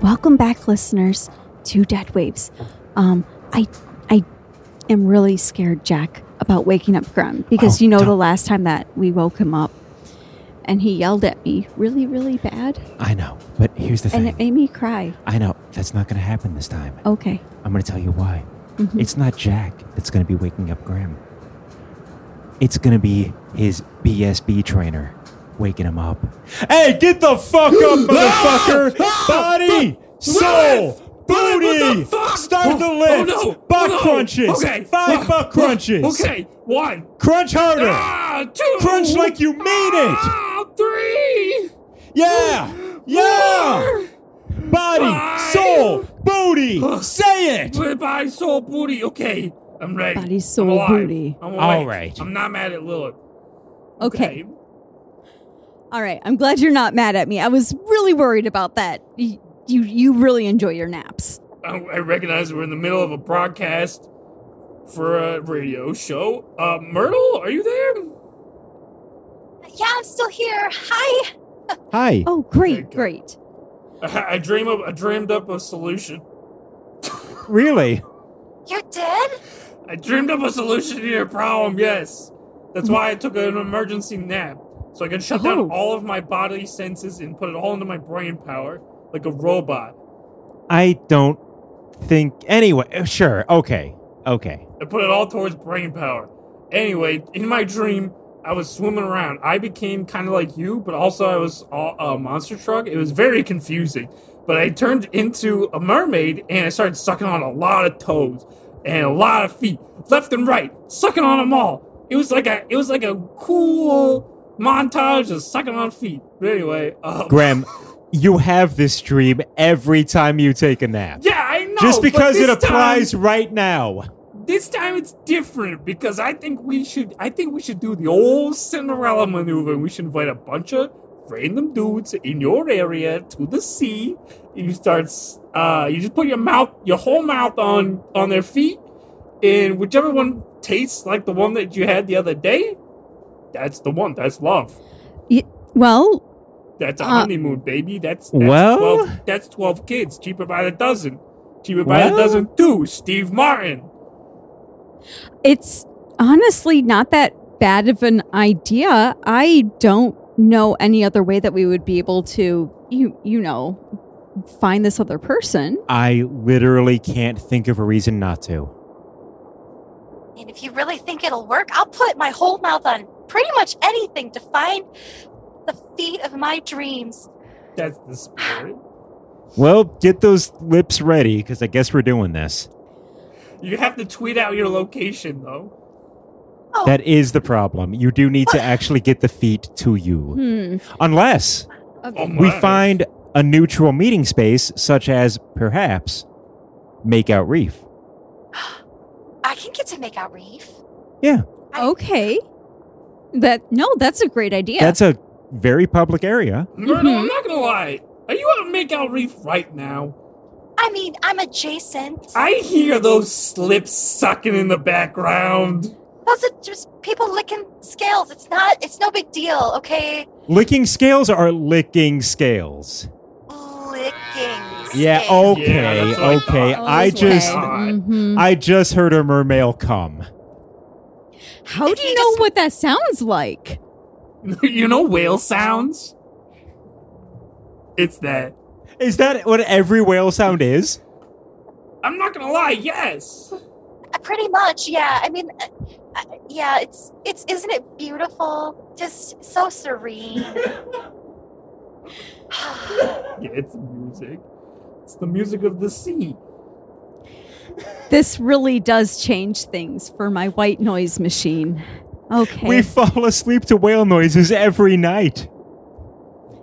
[SPEAKER 3] Welcome back, listeners, to Dead Waves. Um, I, I am really scared, Jack, about waking up Grem because you know the last time that we woke him up, and he yelled at me really, really bad,
[SPEAKER 6] I know, but here's the
[SPEAKER 3] and
[SPEAKER 6] thing.
[SPEAKER 3] it made me cry.
[SPEAKER 6] I know that's not going to happen this time.
[SPEAKER 3] Okay.
[SPEAKER 6] I'm going to tell you why.
[SPEAKER 5] Mm-hmm.
[SPEAKER 3] Mhm.
[SPEAKER 6] It's not Jack that's going to be waking up Graham. It's going to be his BSB trainer waking him up.
[SPEAKER 2] Hey, get the fuck up, motherfucker!
[SPEAKER 5] Ah!
[SPEAKER 2] Body, soul, booty! Start the lift!
[SPEAKER 5] Oh, no.
[SPEAKER 2] Buck
[SPEAKER 5] Oh, no.
[SPEAKER 2] crunches!
[SPEAKER 5] Okay.
[SPEAKER 2] Five
[SPEAKER 5] Oh,
[SPEAKER 2] buck crunches!
[SPEAKER 5] Okay, one.
[SPEAKER 2] Crunch harder!
[SPEAKER 5] Ah, two.
[SPEAKER 2] Crunch like you mean it!
[SPEAKER 5] Ah, three.
[SPEAKER 2] Yeah! Yeah!
[SPEAKER 5] Four.
[SPEAKER 2] Body,
[SPEAKER 5] Five.
[SPEAKER 2] soul, booty! Say it!
[SPEAKER 5] Goodbye, soul booty. Okay, I'm ready.
[SPEAKER 3] Body,
[SPEAKER 5] I'm
[SPEAKER 3] soul,
[SPEAKER 5] alive.
[SPEAKER 3] booty.
[SPEAKER 5] I'm
[SPEAKER 6] All
[SPEAKER 5] awake.
[SPEAKER 6] right.
[SPEAKER 5] I'm not mad at Lilith.
[SPEAKER 3] Okay. All right. I'm glad you're not mad at me. I was really worried about that. You you, you really enjoy your naps.
[SPEAKER 5] I, I recognize we're in the middle of a broadcast for a radio show. Uh, Myrtle, are you there?
[SPEAKER 7] Yeah, I'm still here. Hi.
[SPEAKER 6] Hi.
[SPEAKER 3] Oh,
[SPEAKER 5] Okay,
[SPEAKER 3] great,
[SPEAKER 5] good.
[SPEAKER 3] great.
[SPEAKER 5] I, I dream of I dreamed up a solution.
[SPEAKER 6] Really?
[SPEAKER 7] You did?
[SPEAKER 5] I dreamed up a solution to your problem. Yes, that's why I took an emergency nap so I could shut
[SPEAKER 3] Oh.
[SPEAKER 5] down all of my bodily senses and put it all into my brain power like a robot.
[SPEAKER 6] I don't think. Anyway, uh, sure. Okay. Okay.
[SPEAKER 5] I put it all towards brain power. Anyway, in my dream, I was swimming around. I became kind of like you, but also I was a a monster truck. It was very confusing. But I turned into a mermaid and I started sucking on a lot of toes and a lot of feet, left and right, sucking on them all. It was like a it was like a cool montage of sucking on feet. But anyway, uh,
[SPEAKER 6] Graham, you have this dream every time you take a nap.
[SPEAKER 5] yeah, I know.
[SPEAKER 6] Just
[SPEAKER 5] but
[SPEAKER 6] because it
[SPEAKER 5] this time-
[SPEAKER 6] applies right now.
[SPEAKER 5] This time it's different because I think we should. I think we should do the old Cinderella maneuver. and We should invite a bunch of random dudes in your area to the sea. And you start. s- Uh, you just put your mouth, your whole mouth on on their feet, and whichever one tastes like the one that you had the other day, that's the one. That's love.
[SPEAKER 3] Well,
[SPEAKER 5] That's a
[SPEAKER 3] Uh,
[SPEAKER 5] honeymoon, baby. That's, that's
[SPEAKER 6] Well?
[SPEAKER 5] twelve. That's twelve kids. Cheaper by the dozen. Cheaper by the
[SPEAKER 6] Well?
[SPEAKER 5] dozen too. Steve Martin.
[SPEAKER 3] it's honestly not that bad of an idea. I don't know any other way that we would be able to you you know find this other person.
[SPEAKER 6] I literally can't think of a reason not to.
[SPEAKER 7] And if you really think it'll work, I'll put my whole mouth on pretty much anything to find the feet of my dreams.
[SPEAKER 5] That's the spirit.
[SPEAKER 6] Well, get those lips ready because I guess we're doing this.
[SPEAKER 5] You have to tweet out your location though.
[SPEAKER 7] Oh,
[SPEAKER 6] That is the problem. You do need to actually get the feet to you.
[SPEAKER 3] Hmm.
[SPEAKER 6] Unless
[SPEAKER 5] Oh my.
[SPEAKER 6] we find a neutral meeting space, such as perhaps Makeout Reef.
[SPEAKER 7] I can get to make out reef.
[SPEAKER 6] Yeah,
[SPEAKER 3] Okay. That no, that's a great idea.
[SPEAKER 6] that's a very public area.
[SPEAKER 5] Myrtle, I'm not gonna lie. Are you on makeout reef right now?
[SPEAKER 7] I mean, I'm adjacent.
[SPEAKER 5] I hear those slips sucking in the background.
[SPEAKER 7] Those are just people licking scales. It's not. It's no big deal. Okay,
[SPEAKER 6] Licking scales are licking scales.
[SPEAKER 7] licking.
[SPEAKER 6] Yeah, oh.
[SPEAKER 7] scales.
[SPEAKER 5] Yeah,
[SPEAKER 6] okay,
[SPEAKER 5] that's what I
[SPEAKER 6] okay.
[SPEAKER 5] thought.
[SPEAKER 6] I
[SPEAKER 3] Okay.
[SPEAKER 6] just
[SPEAKER 3] Mhm.
[SPEAKER 6] I just heard a mermail come.
[SPEAKER 3] How
[SPEAKER 7] If
[SPEAKER 3] do you
[SPEAKER 7] you
[SPEAKER 3] know
[SPEAKER 7] just-
[SPEAKER 3] what that sounds like?
[SPEAKER 5] you know whale sounds? It's that.
[SPEAKER 6] Is that what every whale sound is?
[SPEAKER 5] I'm not gonna lie, yes.
[SPEAKER 7] Uh, Pretty much. Yeah. I mean, uh, uh, yeah. It's it's isn't it beautiful? Just so serene.
[SPEAKER 5] Yeah, it's music. It's the music of the sea.
[SPEAKER 3] This really does change things for my white noise machine. Okay.
[SPEAKER 6] We fall asleep to whale noises every night.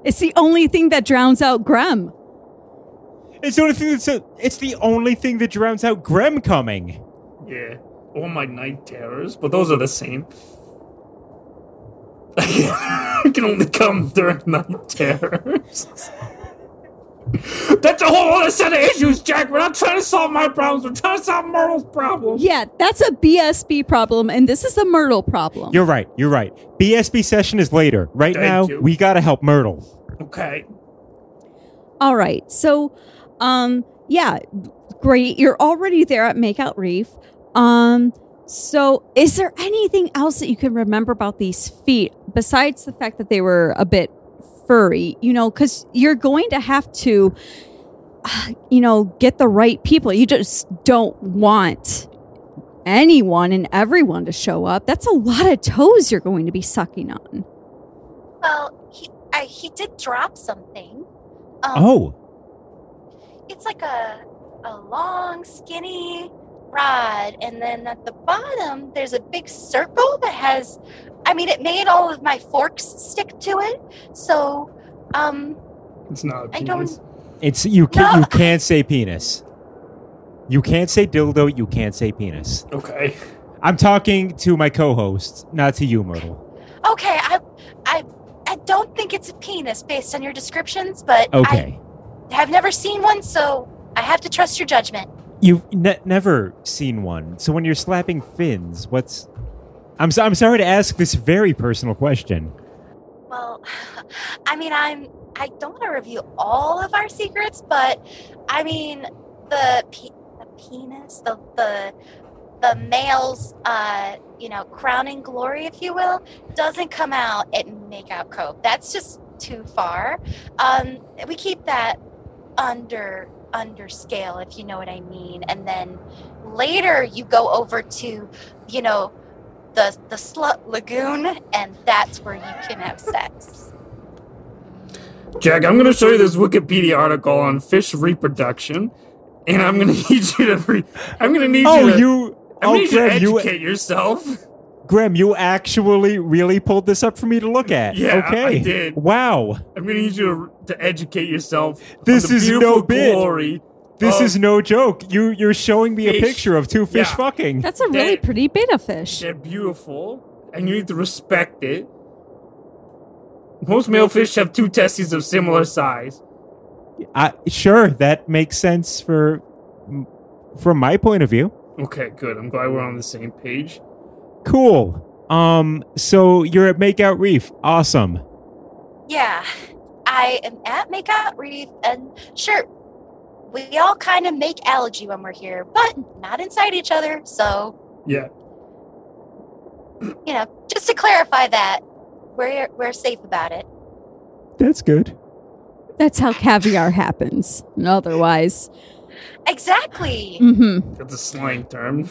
[SPEAKER 3] it's the only thing that drowns out Grem.
[SPEAKER 6] It's the only thing that's it's the only thing that drowns out Grem coming.
[SPEAKER 5] Yeah. All my night terrors, but those are the same. I can only come during night terrors. That's a whole other set of issues, Jack. We're not trying to solve my problems. We're trying to solve Myrtle's problems.
[SPEAKER 3] Yeah, that's a BSB problem, and this is a Myrtle problem.
[SPEAKER 6] You're right. You're right. BSB session is later. Right
[SPEAKER 5] Thank
[SPEAKER 6] now,
[SPEAKER 5] you.
[SPEAKER 6] we gotta help Myrtle.
[SPEAKER 5] Okay.
[SPEAKER 3] All right. So, um, yeah, great. You're already there at Makeout Reef. Um, so is there anything else that you can remember about these feet besides the fact that they were a bit furry? You know, because you're going to have to, uh, you know, get the right people. You just don't want anyone and everyone to show up. That's a lot of toes you're going to be sucking on.
[SPEAKER 7] well, he I, he did drop something. Um,
[SPEAKER 6] Oh,
[SPEAKER 7] it's like a a long skinny rod and then at the bottom there's a big circle that has i mean it made all of my forks stick to it so um
[SPEAKER 5] It's not. a
[SPEAKER 7] I don't-
[SPEAKER 5] penis.
[SPEAKER 6] it's you can't
[SPEAKER 7] No.
[SPEAKER 6] you can't say penis. You can't say dildo. You can't say penis.
[SPEAKER 5] Okay.
[SPEAKER 6] I'm talking to my co-hosts, not to you, Myrtle.
[SPEAKER 7] okay i i i don't think it's a penis based on your descriptions but
[SPEAKER 6] Okay.
[SPEAKER 7] i have never seen one so i have to trust your judgment
[SPEAKER 6] You've ne- never seen one. So when you're slapping fins, what's? I'm so- I'm sorry to ask this very personal question.
[SPEAKER 7] well i mean i'm i don't want to reveal all of our secrets but i mean the, pe- the penis the the the male's uh you know crowning glory if you will doesn't come out at makeout cove that's just too far um we keep that under under scale if you know what i mean and then later you go over to you know the the slut lagoon and that's where you can have sex
[SPEAKER 5] Jack, I'm going to show you this Wikipedia article on fish reproduction, and I'm going to need you to. Re- I'm going to need you.
[SPEAKER 6] Oh,
[SPEAKER 5] to-
[SPEAKER 6] you.
[SPEAKER 5] I'm
[SPEAKER 6] Oh,
[SPEAKER 5] going to
[SPEAKER 6] Graham,
[SPEAKER 5] need you to
[SPEAKER 6] you
[SPEAKER 5] educate yourself.
[SPEAKER 6] Graham, you actually really pulled this up for me to look at.
[SPEAKER 5] Yeah, I-
[SPEAKER 6] okay.
[SPEAKER 5] I did.
[SPEAKER 6] Wow.
[SPEAKER 5] I'm going to need you to, to educate yourself. on
[SPEAKER 6] This
[SPEAKER 5] the
[SPEAKER 6] is no
[SPEAKER 5] beautiful
[SPEAKER 6] bit.
[SPEAKER 5] glory.
[SPEAKER 6] This
[SPEAKER 5] of-
[SPEAKER 6] is no joke. You you're showing me a
[SPEAKER 5] Oh. Fish.
[SPEAKER 6] picture of two fish
[SPEAKER 5] Yeah.
[SPEAKER 6] fucking.
[SPEAKER 3] That's a really
[SPEAKER 5] That-
[SPEAKER 3] pretty beta fish.
[SPEAKER 5] They're beautiful, and you need to respect it. Most male fish have two testes of similar size.
[SPEAKER 6] I, sure, that makes sense for from my point of view.
[SPEAKER 5] Okay, good. I'm glad we're on the same page.
[SPEAKER 6] Cool. Um so you're at Makeout Reef. Awesome.
[SPEAKER 7] Yeah, I am at Makeout Reef, and sure, we all kind of make allergy when we're here, but not inside each other. So,
[SPEAKER 5] Yeah.
[SPEAKER 7] you know, just to clarify that, we're we're safe about it.
[SPEAKER 6] That's good.
[SPEAKER 3] That's how caviar happens. And otherwise,
[SPEAKER 7] Exactly.
[SPEAKER 3] hmm
[SPEAKER 5] That's a slang term.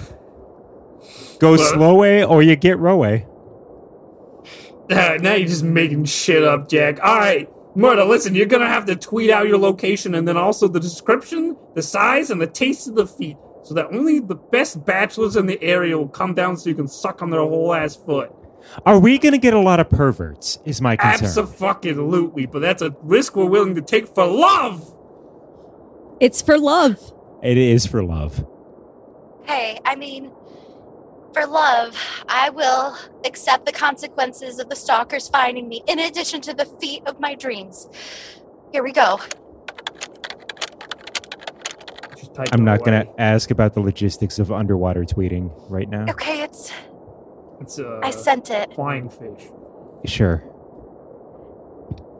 [SPEAKER 6] Go
[SPEAKER 5] Well-
[SPEAKER 6] slow way or you get row way.
[SPEAKER 5] now you're just making shit up, Jack. All right, Murda, listen, you're gonna have to tweet out your location and then also the description, the size, and the taste of the feet, so that only the best bachelors in the area will come down so you can suck on their whole ass foot.
[SPEAKER 6] Are we gonna get a lot of perverts? Is my concern.
[SPEAKER 5] Absolutely, but that's a risk we're willing to take for love.
[SPEAKER 3] it's for love.
[SPEAKER 6] it is for love.
[SPEAKER 7] Hey, I mean, for love, I will accept the consequences of the stalkers finding me, in addition to the feet of my dreams. Here we go.
[SPEAKER 5] just typing.
[SPEAKER 6] I'm not going
[SPEAKER 5] away.
[SPEAKER 6] to ask about the logistics of underwater tweeting right now.
[SPEAKER 7] Okay, it's.
[SPEAKER 5] It's a
[SPEAKER 7] I sent it.
[SPEAKER 5] flying fish.
[SPEAKER 6] Sure.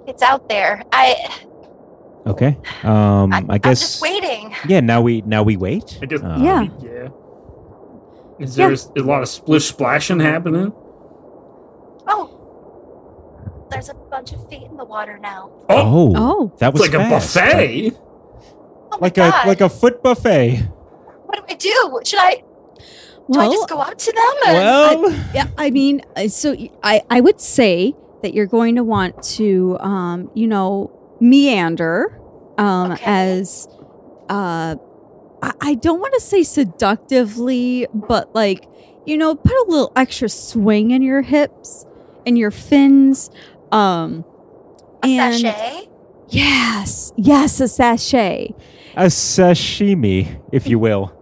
[SPEAKER 7] It's out there. I.
[SPEAKER 6] Okay. Um,
[SPEAKER 7] I,
[SPEAKER 6] I,
[SPEAKER 7] am
[SPEAKER 6] guess.
[SPEAKER 7] just waiting.
[SPEAKER 6] Yeah. Now we now we wait.
[SPEAKER 5] I guess.
[SPEAKER 6] Uh,
[SPEAKER 3] Yeah.
[SPEAKER 5] Yeah. Is there a, a lot of splish splashing happening?
[SPEAKER 7] Oh, there's a bunch of feet in the water now.
[SPEAKER 5] Oh,
[SPEAKER 6] Oh,
[SPEAKER 3] Oh.
[SPEAKER 6] that was
[SPEAKER 5] it's like
[SPEAKER 6] fast.
[SPEAKER 5] a buffet.
[SPEAKER 7] Oh my
[SPEAKER 6] Like a
[SPEAKER 7] god!
[SPEAKER 6] like a foot buffet.
[SPEAKER 7] what do I do? Should I? Do I
[SPEAKER 3] Well,
[SPEAKER 7] just go up to them? and-
[SPEAKER 6] Well,
[SPEAKER 3] yeah, I mean, uh, so y- I, I would say that you're going to want to, um, you know, meander um,
[SPEAKER 7] Okay.
[SPEAKER 3] as, uh, I, I don't want to say seductively, but like, you know, put a little extra swing in your hips and your fins. Um,
[SPEAKER 7] a
[SPEAKER 3] and
[SPEAKER 7] sachet?
[SPEAKER 3] yes, yes, a sachet.
[SPEAKER 6] a sashimi, if you will.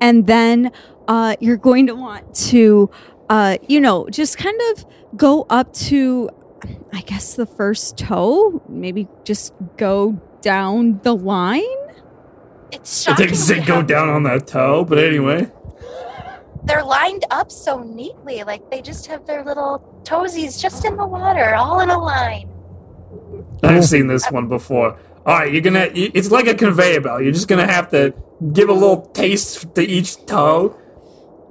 [SPEAKER 3] and then uh, you're going to want to, uh, you know, just kind of go up to, I guess, the first toe. Maybe just go down the line.
[SPEAKER 7] It's
[SPEAKER 5] I
[SPEAKER 7] shocking.
[SPEAKER 5] think it go down on that toe, but anyway.
[SPEAKER 7] They're lined up so neatly, like they just have their little toesies just in the water, all in a line.
[SPEAKER 3] Oh.
[SPEAKER 5] I've seen this one before. All right, you're gonna. y- It's like a conveyor belt. You're just gonna have to give a little taste to each toe.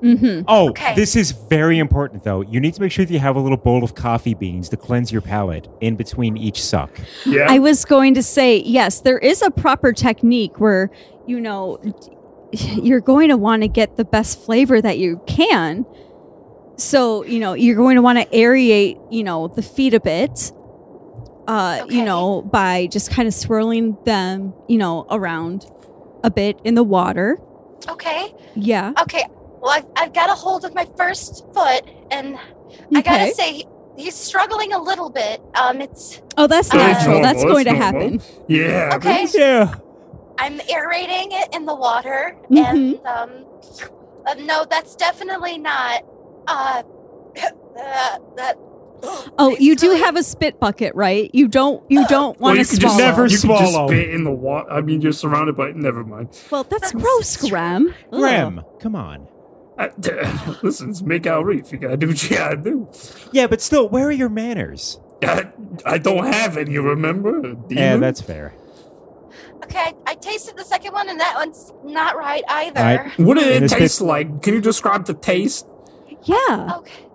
[SPEAKER 3] Mm-hmm.
[SPEAKER 6] Oh,
[SPEAKER 7] Okay.
[SPEAKER 6] this is very important though. You need to make sure that you have a little bowl of coffee beans to cleanse your palate in between each suck.
[SPEAKER 5] Yeah.
[SPEAKER 3] I was going to say, yes, there is a proper technique where, you know, you're going to want to get the best flavor that you can. So, you know, you're going to want to aerate, you know, the feet a bit, uh, you
[SPEAKER 7] Okay.
[SPEAKER 3] know, by just kind of swirling them, you know, around a bit in the water.
[SPEAKER 7] Okay.
[SPEAKER 3] Yeah.
[SPEAKER 7] Okay. Well, I've, I've got a hold of my first foot, and I gotta
[SPEAKER 3] Okay.
[SPEAKER 7] say, he- he's struggling a little bit. Um, it's
[SPEAKER 3] Oh, that's
[SPEAKER 7] Uh,
[SPEAKER 3] natural.
[SPEAKER 5] normal,
[SPEAKER 3] That's going to
[SPEAKER 5] normal.
[SPEAKER 3] happen.
[SPEAKER 5] Yeah.
[SPEAKER 7] okay.
[SPEAKER 6] Yeah.
[SPEAKER 7] I'm aerating it in the water, and um, uh, no, that's definitely not. Uh, uh, that.
[SPEAKER 3] Oh,
[SPEAKER 7] it's
[SPEAKER 3] you do
[SPEAKER 7] really-
[SPEAKER 3] have a spit bucket, right? You don't you don't
[SPEAKER 5] Well,
[SPEAKER 3] want
[SPEAKER 5] you
[SPEAKER 3] to
[SPEAKER 5] could
[SPEAKER 3] swallow.
[SPEAKER 5] just
[SPEAKER 2] Never
[SPEAKER 5] you could
[SPEAKER 2] swallow.
[SPEAKER 5] just spit in the water. I mean, you're surrounded by. Never mind.
[SPEAKER 3] Well, that's gross, Graham. Ugh.
[SPEAKER 6] Graham, come on.
[SPEAKER 5] I, listen, it's make out reef. You gotta do what you gotta do.
[SPEAKER 6] Yeah, but still, where are your manners?
[SPEAKER 5] I, I don't have any. Remember? Demon?
[SPEAKER 6] Yeah, that's fair.
[SPEAKER 7] Okay, I tasted the second one, and that one's not right either.
[SPEAKER 6] Alright.
[SPEAKER 5] What did
[SPEAKER 6] And
[SPEAKER 5] it
[SPEAKER 6] it's
[SPEAKER 5] taste like? Can you describe the taste?
[SPEAKER 3] Yeah.
[SPEAKER 7] Okay,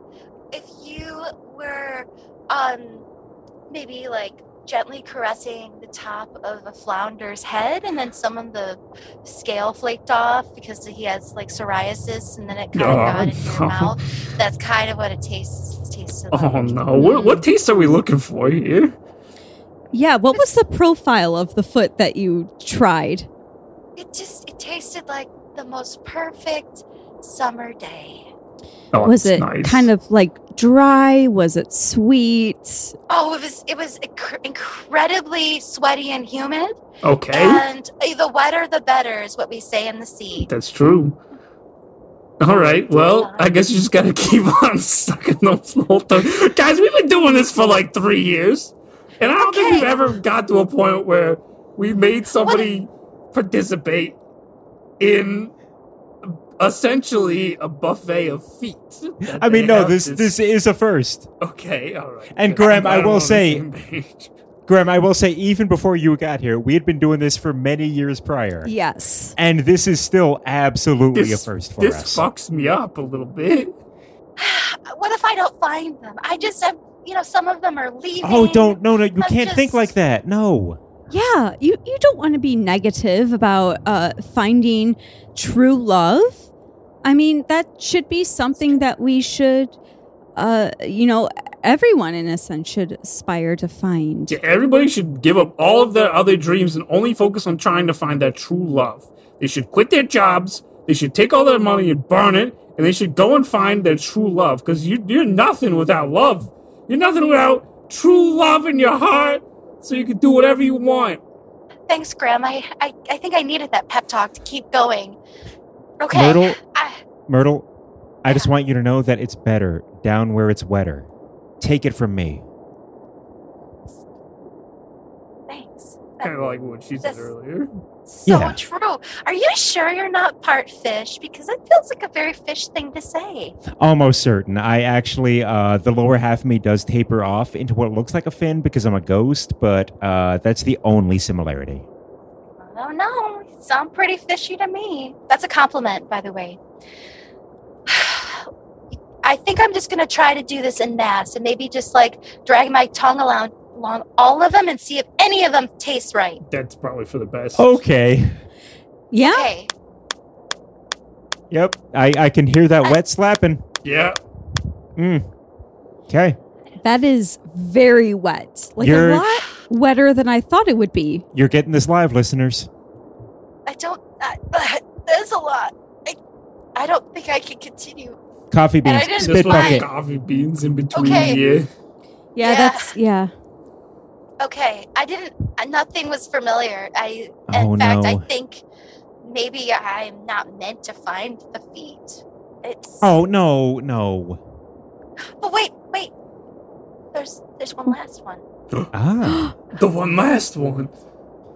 [SPEAKER 7] if you were, um, maybe like gently caressing the top of a flounder's head, and then some of the scale flaked off because he has like psoriasis, and then it kind of
[SPEAKER 5] Oh,
[SPEAKER 7] got in your
[SPEAKER 5] no.
[SPEAKER 7] mouth. That's kind of what it tastes tasted like.
[SPEAKER 5] Oh no! What what taste are we looking for here?
[SPEAKER 3] Yeah, what was the profile of the foot that you tried?
[SPEAKER 7] It just it tasted like the most perfect summer day.
[SPEAKER 5] Oh,
[SPEAKER 3] was
[SPEAKER 5] it's
[SPEAKER 3] it kind of like dry? Was it sweet?
[SPEAKER 7] Oh, it was it was inc- incredibly sweaty and humid,
[SPEAKER 5] okay?
[SPEAKER 7] and uh, the wetter the better is what we say in the sea.
[SPEAKER 5] That's true. All right. Well, I guess you just gotta keep on sucking those little toes, guys. We've been doing this for like three years, and I don't think
[SPEAKER 7] Okay.
[SPEAKER 5] we've ever got to a point where we made somebody participate in essentially a buffet of feet. that
[SPEAKER 6] I mean,
[SPEAKER 5] they
[SPEAKER 6] no,
[SPEAKER 5] have
[SPEAKER 6] this this is a first.
[SPEAKER 5] Okay, all right.
[SPEAKER 6] And
[SPEAKER 5] good.
[SPEAKER 6] Graham,
[SPEAKER 5] I'm
[SPEAKER 6] I
[SPEAKER 5] glad
[SPEAKER 6] will
[SPEAKER 5] I'm on the
[SPEAKER 6] say-
[SPEAKER 5] same page.
[SPEAKER 6] Graham, I will say, even before you got here, we had been doing this for many years prior,
[SPEAKER 3] Yes.
[SPEAKER 6] and this is still absolutely
[SPEAKER 5] this,
[SPEAKER 6] a first for
[SPEAKER 5] this
[SPEAKER 6] us.
[SPEAKER 5] fucks me up a little bit.
[SPEAKER 7] what if I don't find them? I just have you know some of them are leaving.
[SPEAKER 6] oh, don't no no, you
[SPEAKER 7] I'm
[SPEAKER 6] can't think
[SPEAKER 7] just-
[SPEAKER 6] like that. No,
[SPEAKER 3] Yeah, you, you don't want to be negative about uh, finding true love. I mean, that should be something that we should, uh, you know, everyone in a sense should aspire to find.
[SPEAKER 5] Yeah, Everybody should give up all of their other dreams and only focus on trying to find their true love. They should quit their jobs. They should take all their money and burn it, and they should go and find their true love. Because you, you're nothing without love. You're nothing without true love in your heart, so you can do whatever you want.
[SPEAKER 7] Thanks, Graham. I, I I think I needed that pep talk to keep going. Okay. Ah,
[SPEAKER 6] Myrtle,
[SPEAKER 7] I,
[SPEAKER 6] Myrtle, I just want you to know that it's better down where it's wetter. Take it from me.
[SPEAKER 7] thanks.
[SPEAKER 5] kind of like what she said
[SPEAKER 7] This-
[SPEAKER 5] earlier.
[SPEAKER 7] So
[SPEAKER 6] Yeah.
[SPEAKER 7] true. Are you sure you're not part fish? Because that feels like a very fish thing to say.
[SPEAKER 6] Almost certain. I actually, uh, the lower half of me does taper off into what looks like a fin because I'm a ghost, but uh, that's the only similarity.
[SPEAKER 7] I don't know. You sound pretty fishy to me. That's a compliment, by the way. I think I'm just gonna try to do this in mass and maybe just like drag my tongue along, along all of them and see if any of them taste right.
[SPEAKER 5] That's probably for the best.
[SPEAKER 6] Okay.
[SPEAKER 3] Yeah.
[SPEAKER 7] Okay.
[SPEAKER 6] Yep. I, I can hear that wet slapping.
[SPEAKER 5] Yeah.
[SPEAKER 6] Mm. Okay.
[SPEAKER 3] That is very wet. Like
[SPEAKER 6] You're-
[SPEAKER 3] a lot wetter than I thought it would be.
[SPEAKER 6] You're getting this live, listeners.
[SPEAKER 7] I don't. I, that's a lot. I, I don't think I can continue.
[SPEAKER 6] Coffee
[SPEAKER 7] And I
[SPEAKER 6] beans,
[SPEAKER 7] didn't
[SPEAKER 6] spit
[SPEAKER 5] Just like
[SPEAKER 6] bucket.
[SPEAKER 5] coffee beans in between.
[SPEAKER 7] Okay.
[SPEAKER 5] Yeah.
[SPEAKER 3] Yeah,
[SPEAKER 7] Yeah.
[SPEAKER 3] that's yeah.
[SPEAKER 7] Okay, I didn't. uh, Nothing was familiar. I, in
[SPEAKER 6] Oh,
[SPEAKER 7] fact, I
[SPEAKER 6] no.
[SPEAKER 7] think maybe I'm not meant to find the feet. It's.
[SPEAKER 6] Oh, no, no.
[SPEAKER 7] But Oh, wait, wait. There's there's one last one.
[SPEAKER 6] Ah.
[SPEAKER 5] The one last one.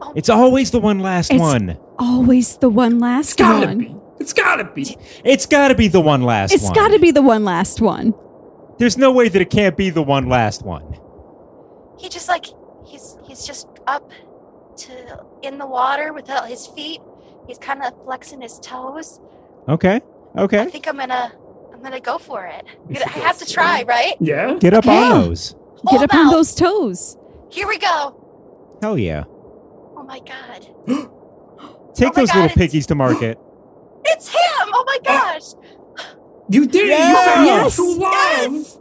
[SPEAKER 7] Oh,
[SPEAKER 6] It's always the one last
[SPEAKER 3] It's-
[SPEAKER 6] one.
[SPEAKER 3] Always the one last
[SPEAKER 5] It's gotta
[SPEAKER 3] one.
[SPEAKER 5] be. It's gotta be.
[SPEAKER 6] It's got to be the one last
[SPEAKER 3] It's
[SPEAKER 6] one.
[SPEAKER 3] got to be the one last one.
[SPEAKER 6] There's no way that it can't be the one last one.
[SPEAKER 7] He just like he's he's just up to in the water without his feet. He's kind of flexing his toes.
[SPEAKER 6] Okay.
[SPEAKER 7] I
[SPEAKER 6] Okay.
[SPEAKER 7] think I'm gonna I'm gonna go for it. I'm
[SPEAKER 5] You
[SPEAKER 7] gonna- I
[SPEAKER 5] should go
[SPEAKER 7] have to
[SPEAKER 5] for
[SPEAKER 7] try,
[SPEAKER 5] it.
[SPEAKER 7] right?
[SPEAKER 5] Yeah.
[SPEAKER 6] Get up on
[SPEAKER 3] Okay.
[SPEAKER 6] those.
[SPEAKER 7] Hold
[SPEAKER 3] Get up on
[SPEAKER 7] out.
[SPEAKER 3] those toes.
[SPEAKER 7] Here we go.
[SPEAKER 6] Hell yeah.
[SPEAKER 7] Oh my god,
[SPEAKER 6] Take those
[SPEAKER 7] Oh my God,
[SPEAKER 6] little
[SPEAKER 7] it's-
[SPEAKER 6] piggies to market.
[SPEAKER 7] it's him! Oh my gosh,
[SPEAKER 5] You did it. You
[SPEAKER 6] Yes.
[SPEAKER 5] found
[SPEAKER 3] Yes.
[SPEAKER 5] true love.
[SPEAKER 7] Yes.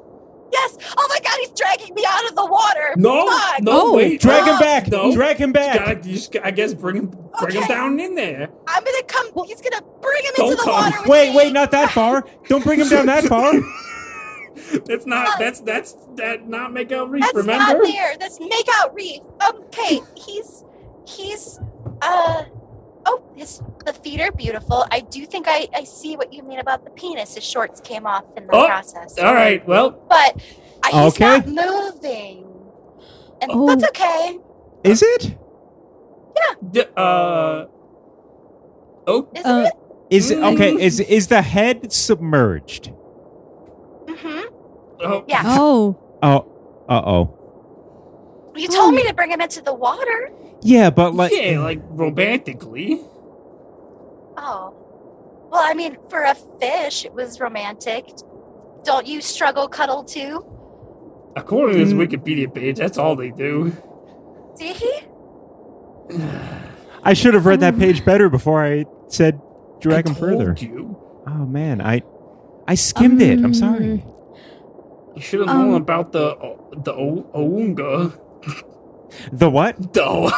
[SPEAKER 7] yes! Oh my god, he's dragging me out of the water.
[SPEAKER 5] No.
[SPEAKER 7] Fuck.
[SPEAKER 5] No.
[SPEAKER 3] Oh.
[SPEAKER 5] Wait. Ah,
[SPEAKER 6] Drag him
[SPEAKER 7] Oh,
[SPEAKER 6] back.
[SPEAKER 5] no.
[SPEAKER 6] Drag him
[SPEAKER 5] You
[SPEAKER 6] back.
[SPEAKER 5] gotta, you just, I guess bring him, bring him
[SPEAKER 7] Okay.
[SPEAKER 5] down in there.
[SPEAKER 7] I'm gonna come. He's gonna bring him
[SPEAKER 5] Don't
[SPEAKER 7] into the
[SPEAKER 5] come.
[SPEAKER 7] water. With
[SPEAKER 6] wait,
[SPEAKER 7] me.
[SPEAKER 6] wait, not that far. Don't bring him down that far.
[SPEAKER 5] That's not. That's that's that. Not make out reach.
[SPEAKER 7] That's
[SPEAKER 5] remember.
[SPEAKER 7] not there. That's make out reef. Okay, he's he's uh oh his the feet are beautiful. I do think I I see what you mean about the penis. His shorts came off in the
[SPEAKER 5] Oh,
[SPEAKER 7] process,
[SPEAKER 5] All right. Well.
[SPEAKER 7] but uh, he's
[SPEAKER 6] Okay.
[SPEAKER 7] not moving, and
[SPEAKER 3] Oh.
[SPEAKER 7] that's okay.
[SPEAKER 6] Is it?
[SPEAKER 5] d- Uh. Oh.
[SPEAKER 7] Isn't
[SPEAKER 3] Uh,
[SPEAKER 7] it?
[SPEAKER 6] Is it okay?
[SPEAKER 5] Mm.
[SPEAKER 6] Is is the head submerged?
[SPEAKER 7] Mm-hmm.
[SPEAKER 5] oh.
[SPEAKER 7] Yeah.
[SPEAKER 3] Oh,
[SPEAKER 6] Oh, uh oh.
[SPEAKER 7] You told me to bring him into the water.
[SPEAKER 6] Yeah, but like,
[SPEAKER 5] yeah, like romantically.
[SPEAKER 7] Oh, well, I mean, for a fish, it was romantic. Don't you struggle cuddle too?
[SPEAKER 5] According to this
[SPEAKER 6] Mm.
[SPEAKER 5] Wikipedia page, that's all they do.
[SPEAKER 7] Did he?
[SPEAKER 6] I should have read that page better before I said drag
[SPEAKER 5] Mm. I
[SPEAKER 6] him further.
[SPEAKER 5] told You,
[SPEAKER 6] Oh man, I I skimmed it. I'm sorry.
[SPEAKER 5] Um, you should have
[SPEAKER 3] Um,
[SPEAKER 5] known about the the o- Ounga.
[SPEAKER 6] The what?
[SPEAKER 5] Though.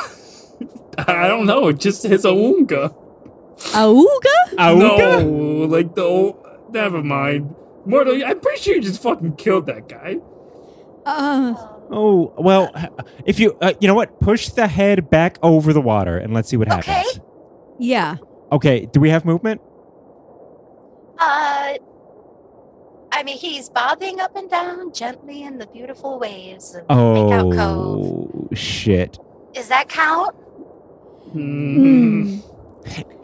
[SPEAKER 5] I don't know. It just says Ounga.
[SPEAKER 3] auga.
[SPEAKER 5] No,
[SPEAKER 6] Auga?
[SPEAKER 5] like the o- never mind. Mortal, I'm pretty sure you just fucking killed that guy.
[SPEAKER 3] Uh,
[SPEAKER 7] Oh.
[SPEAKER 6] Oh well, if you uh, you know what, push the head back over the water and let's see what
[SPEAKER 7] Okay.
[SPEAKER 6] happens.
[SPEAKER 3] yeah.
[SPEAKER 6] Okay, do we have movement?
[SPEAKER 7] Uh, I mean, he's bobbing up and down gently in the beautiful waves of Breakout Cove.
[SPEAKER 6] Oh shit!
[SPEAKER 7] Does that count?
[SPEAKER 5] Hmm.
[SPEAKER 3] Mm.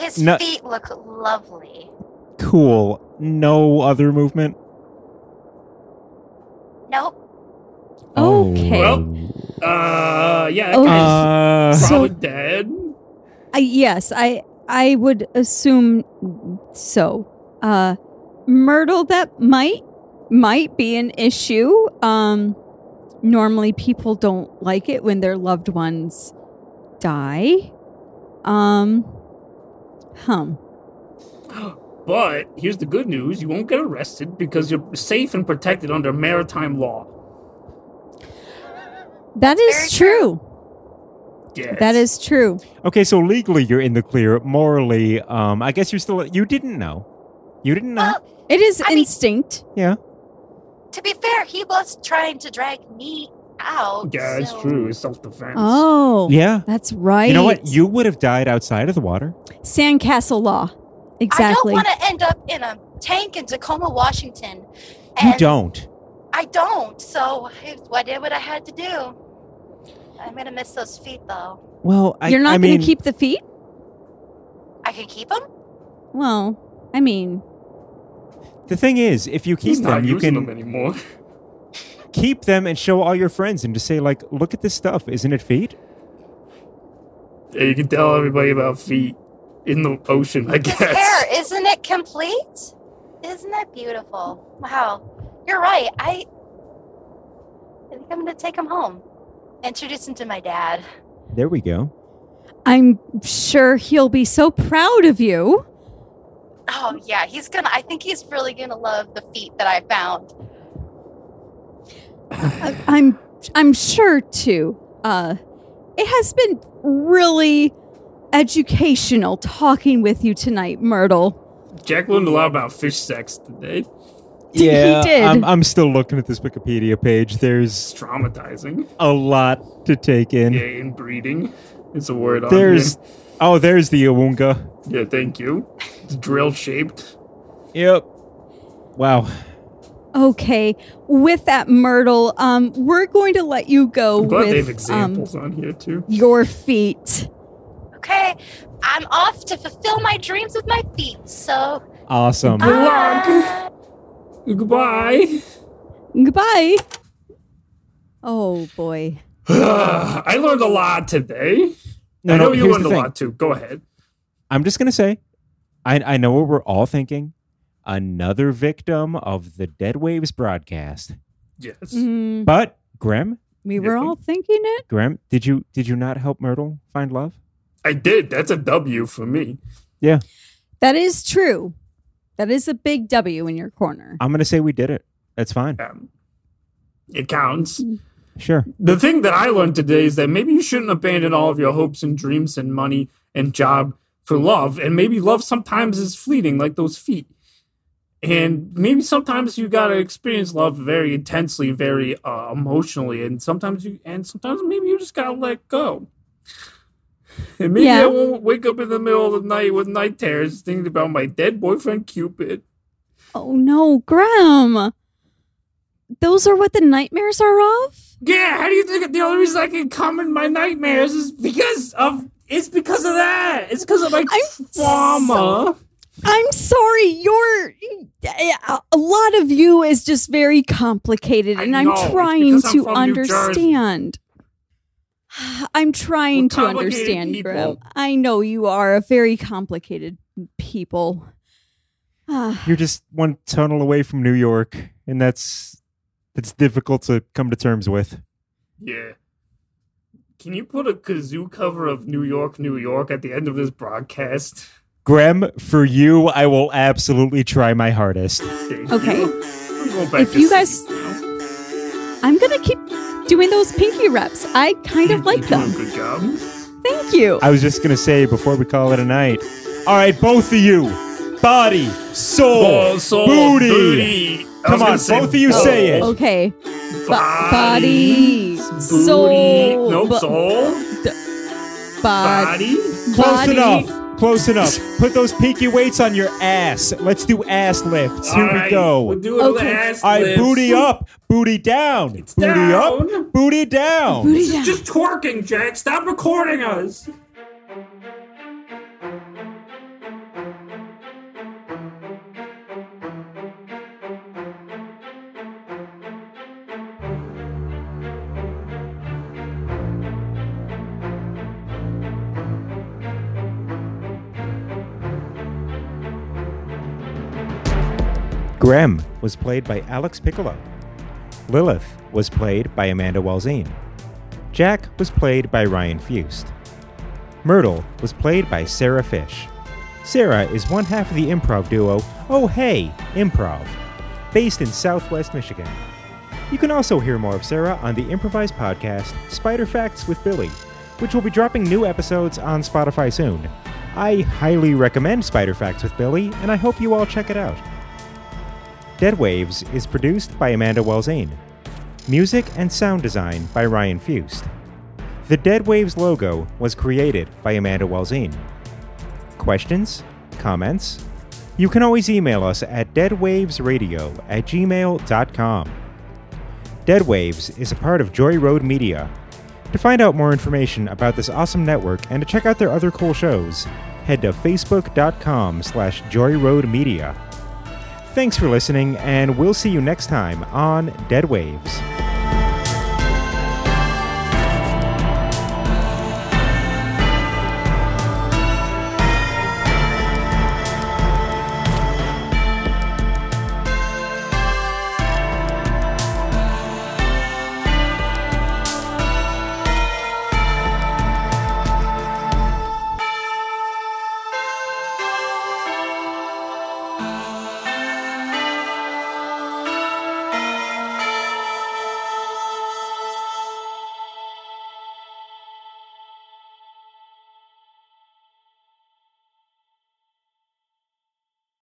[SPEAKER 7] His
[SPEAKER 6] No.
[SPEAKER 7] feet look lovely.
[SPEAKER 6] Cool. No other movement.
[SPEAKER 7] Nope.
[SPEAKER 3] Okay.
[SPEAKER 5] Uh, yeah, that
[SPEAKER 3] Oh.
[SPEAKER 5] guy's
[SPEAKER 6] Uh,
[SPEAKER 5] probably dead.
[SPEAKER 3] I, yes, I I would assume so. Uh, Myrtle, that might might be an issue. Um, normally people don't like it when their loved ones die. Um, hum.
[SPEAKER 5] But here's the good news: you won't get arrested because you're safe and protected under maritime law.
[SPEAKER 3] That
[SPEAKER 7] Very
[SPEAKER 3] is true.
[SPEAKER 5] Yes.
[SPEAKER 3] That is true.
[SPEAKER 6] okay, so legally you're in the clear. Morally, um, I guess you're still. You didn't know. You didn't know.
[SPEAKER 7] Well,
[SPEAKER 3] It is
[SPEAKER 7] I mean-
[SPEAKER 3] instinct.
[SPEAKER 6] yeah.
[SPEAKER 7] to be fair, he was trying to drag me out.
[SPEAKER 5] Yeah, it's
[SPEAKER 7] so-
[SPEAKER 5] true. It's self-defense.
[SPEAKER 3] Oh,
[SPEAKER 6] Yeah.
[SPEAKER 3] that's right.
[SPEAKER 6] You know what? You would have died outside of the water.
[SPEAKER 3] sandcastle law.
[SPEAKER 7] I don't
[SPEAKER 3] Exactly.
[SPEAKER 7] want to end up in a tank in Tacoma, Washington.
[SPEAKER 6] You
[SPEAKER 7] And
[SPEAKER 6] don't.
[SPEAKER 7] I don't. So I, I did what I had to do. I'm gonna miss those feet, though.
[SPEAKER 6] Well, I,
[SPEAKER 3] You're
[SPEAKER 6] I
[SPEAKER 3] not going
[SPEAKER 6] mean,
[SPEAKER 3] to keep the feet?
[SPEAKER 7] I can keep them.
[SPEAKER 3] Well, I mean,
[SPEAKER 6] The thing is, if you keep
[SPEAKER 5] He's not
[SPEAKER 6] them, you
[SPEAKER 5] using
[SPEAKER 6] can
[SPEAKER 5] them anymore.
[SPEAKER 6] keep them and show all your friends and just say like, "Look at this stuff, isn't it feet?"
[SPEAKER 5] Yeah, you can tell everybody about feet in the ocean, I
[SPEAKER 7] This
[SPEAKER 5] guess.
[SPEAKER 7] hair, isn't it complete? Isn't that beautiful? Wow, you're right. I, I think I'm gonna take him home, introduce him to my dad.
[SPEAKER 6] There we go.
[SPEAKER 3] I'm sure he'll be so proud of you.
[SPEAKER 7] Oh yeah, he's gonna. I think he's really gonna love the feet that I found. Uh,
[SPEAKER 3] I- I'm I'm sure too. Uh it has been really educational talking with you tonight, Myrtle.
[SPEAKER 5] Jack learned a lot about fish sex today.
[SPEAKER 3] He did.
[SPEAKER 6] I'm, I'm still looking at this Wikipedia page.
[SPEAKER 5] It's
[SPEAKER 6] There's
[SPEAKER 5] traumatizing.
[SPEAKER 6] a lot to take in.
[SPEAKER 5] Yeah, inbreeding is a word on
[SPEAKER 6] There's, oh, there's the Awunga.
[SPEAKER 5] here. Yeah, thank you. It's drill shaped.
[SPEAKER 6] Yep. Wow.
[SPEAKER 3] Okay. With that, Myrtle, um, we're going to let you go
[SPEAKER 5] I'm glad they have
[SPEAKER 3] with um,
[SPEAKER 5] examples on here too.
[SPEAKER 3] your feet.
[SPEAKER 7] Okay, I'm off to fulfill my dreams with my feet. So
[SPEAKER 6] Awesome.
[SPEAKER 7] bye.
[SPEAKER 5] Goodbye.
[SPEAKER 3] Goodbye. Oh boy.
[SPEAKER 5] I learned a lot today.
[SPEAKER 6] No,
[SPEAKER 5] I know
[SPEAKER 6] no,
[SPEAKER 5] you
[SPEAKER 6] here's
[SPEAKER 5] learned
[SPEAKER 6] the
[SPEAKER 5] a
[SPEAKER 6] thing.
[SPEAKER 5] lot too. Go ahead.
[SPEAKER 6] I'm just gonna say, I I know what we're all thinking. Another victim of the Dead Waves broadcast.
[SPEAKER 3] Mm-hmm.
[SPEAKER 5] Yes.
[SPEAKER 3] Mm,
[SPEAKER 6] But Grim,
[SPEAKER 3] we were all thinking it.
[SPEAKER 6] Grim, did you did you not help Myrtle find love?
[SPEAKER 5] I did. That's a W for me.
[SPEAKER 3] That is true. That is a big W in your corner.
[SPEAKER 6] I'm gonna say we did it. That's fine.
[SPEAKER 5] Um, it counts.
[SPEAKER 6] Sure.
[SPEAKER 5] The thing that I learned today is that maybe you shouldn't abandon all of your hopes and dreams and money and job for love. And maybe love sometimes is fleeting, like those feet. And maybe sometimes you gotta experience love very intensely, very uh, emotionally, and sometimes you and sometimes maybe you just gotta let go. And maybe
[SPEAKER 3] Yeah.
[SPEAKER 5] I won't wake up in the middle of the night with night terrors thinking about my dead boyfriend Cupid.
[SPEAKER 3] Oh no, Graham. Those are what the nightmares are of?
[SPEAKER 5] Yeah, how do you think the only reason I can come in my nightmares is because of it's because of that. It's because of my
[SPEAKER 3] I'm
[SPEAKER 5] trauma.
[SPEAKER 3] I'm sorry, your a lot of you is just very complicated
[SPEAKER 5] I
[SPEAKER 3] and I'm
[SPEAKER 5] know, it's
[SPEAKER 3] trying
[SPEAKER 5] because I'm
[SPEAKER 3] to
[SPEAKER 5] from New Jersey.
[SPEAKER 3] understand. I'm trying
[SPEAKER 5] We're
[SPEAKER 3] to
[SPEAKER 5] complicated
[SPEAKER 3] understand,
[SPEAKER 5] people.
[SPEAKER 3] Grim. I know you are a very complicated people. Ah,
[SPEAKER 6] You're just one tunnel away from New York, and that's that's difficult to come to terms with.
[SPEAKER 5] yeah. Can you put a kazoo cover of New York, New York at the end of this broadcast?
[SPEAKER 6] Grim, for you, I will absolutely try my hardest.
[SPEAKER 5] Thank
[SPEAKER 3] Okay.
[SPEAKER 5] you. I'm going back
[SPEAKER 3] If
[SPEAKER 5] to
[SPEAKER 3] you
[SPEAKER 5] sleep
[SPEAKER 3] guys-
[SPEAKER 5] now.
[SPEAKER 3] I'm going to keep doing those pinky reps. I kind of like
[SPEAKER 5] You're doing
[SPEAKER 3] them.
[SPEAKER 5] a good job.
[SPEAKER 3] Thank you.
[SPEAKER 6] I was just gonna say before we call it a night. All right, both of you, body, soul,
[SPEAKER 5] Ball, soul,
[SPEAKER 6] booty.
[SPEAKER 5] booty. I
[SPEAKER 6] Come
[SPEAKER 5] was gonna
[SPEAKER 6] on,
[SPEAKER 5] say
[SPEAKER 6] both of you
[SPEAKER 5] ball,
[SPEAKER 6] say it.
[SPEAKER 3] Okay. B-
[SPEAKER 5] Body.
[SPEAKER 3] Oh, body,
[SPEAKER 5] Booty.
[SPEAKER 3] soul, Uh,
[SPEAKER 5] Nope,
[SPEAKER 3] bu-
[SPEAKER 5] soul.
[SPEAKER 3] bod-
[SPEAKER 5] Body.
[SPEAKER 6] Close
[SPEAKER 3] body.
[SPEAKER 6] enough. Close enough. Put those peaky weights on your ass. Let's do ass lifts. Here
[SPEAKER 5] All
[SPEAKER 6] we
[SPEAKER 5] right,
[SPEAKER 6] go.
[SPEAKER 5] We're doing
[SPEAKER 3] Okay.
[SPEAKER 5] last
[SPEAKER 6] All right,
[SPEAKER 5] lifts.
[SPEAKER 6] booty up, booty down, booty
[SPEAKER 5] down.
[SPEAKER 6] up, booty down.
[SPEAKER 3] Booty down.
[SPEAKER 5] Just twerking, Jack. Stop recording us.
[SPEAKER 6] Grem was played by Alex Piccolo. Lilith was played by Amanda Walzine. Jack was played by Ryan Fust. Myrtle was played by Sarah Fish. Sarah is one half of the improv duo Oh Hey Improv, based in Southwest Michigan. You can also hear more of Sarah on the improvised podcast Spider Facts with Billy, which will be dropping new episodes on Spotify soon. I highly recommend Spider Facts with Billy, and I hope you all check it out. Dead Waves is produced by Amanda Welzane. Music and sound design by Ryan Fust. The Dead Waves logo was created by Amanda Welzane. Questions? Comments? You can always email us at deadwavesradio at gmail.com. Dead Waves is a part of Joy Road Media. To find out more information about this awesome network and to check out their other cool shows, head to facebook.com slash joyroadmedia. Thanks for listening, and we'll see you next time on Dead Waves.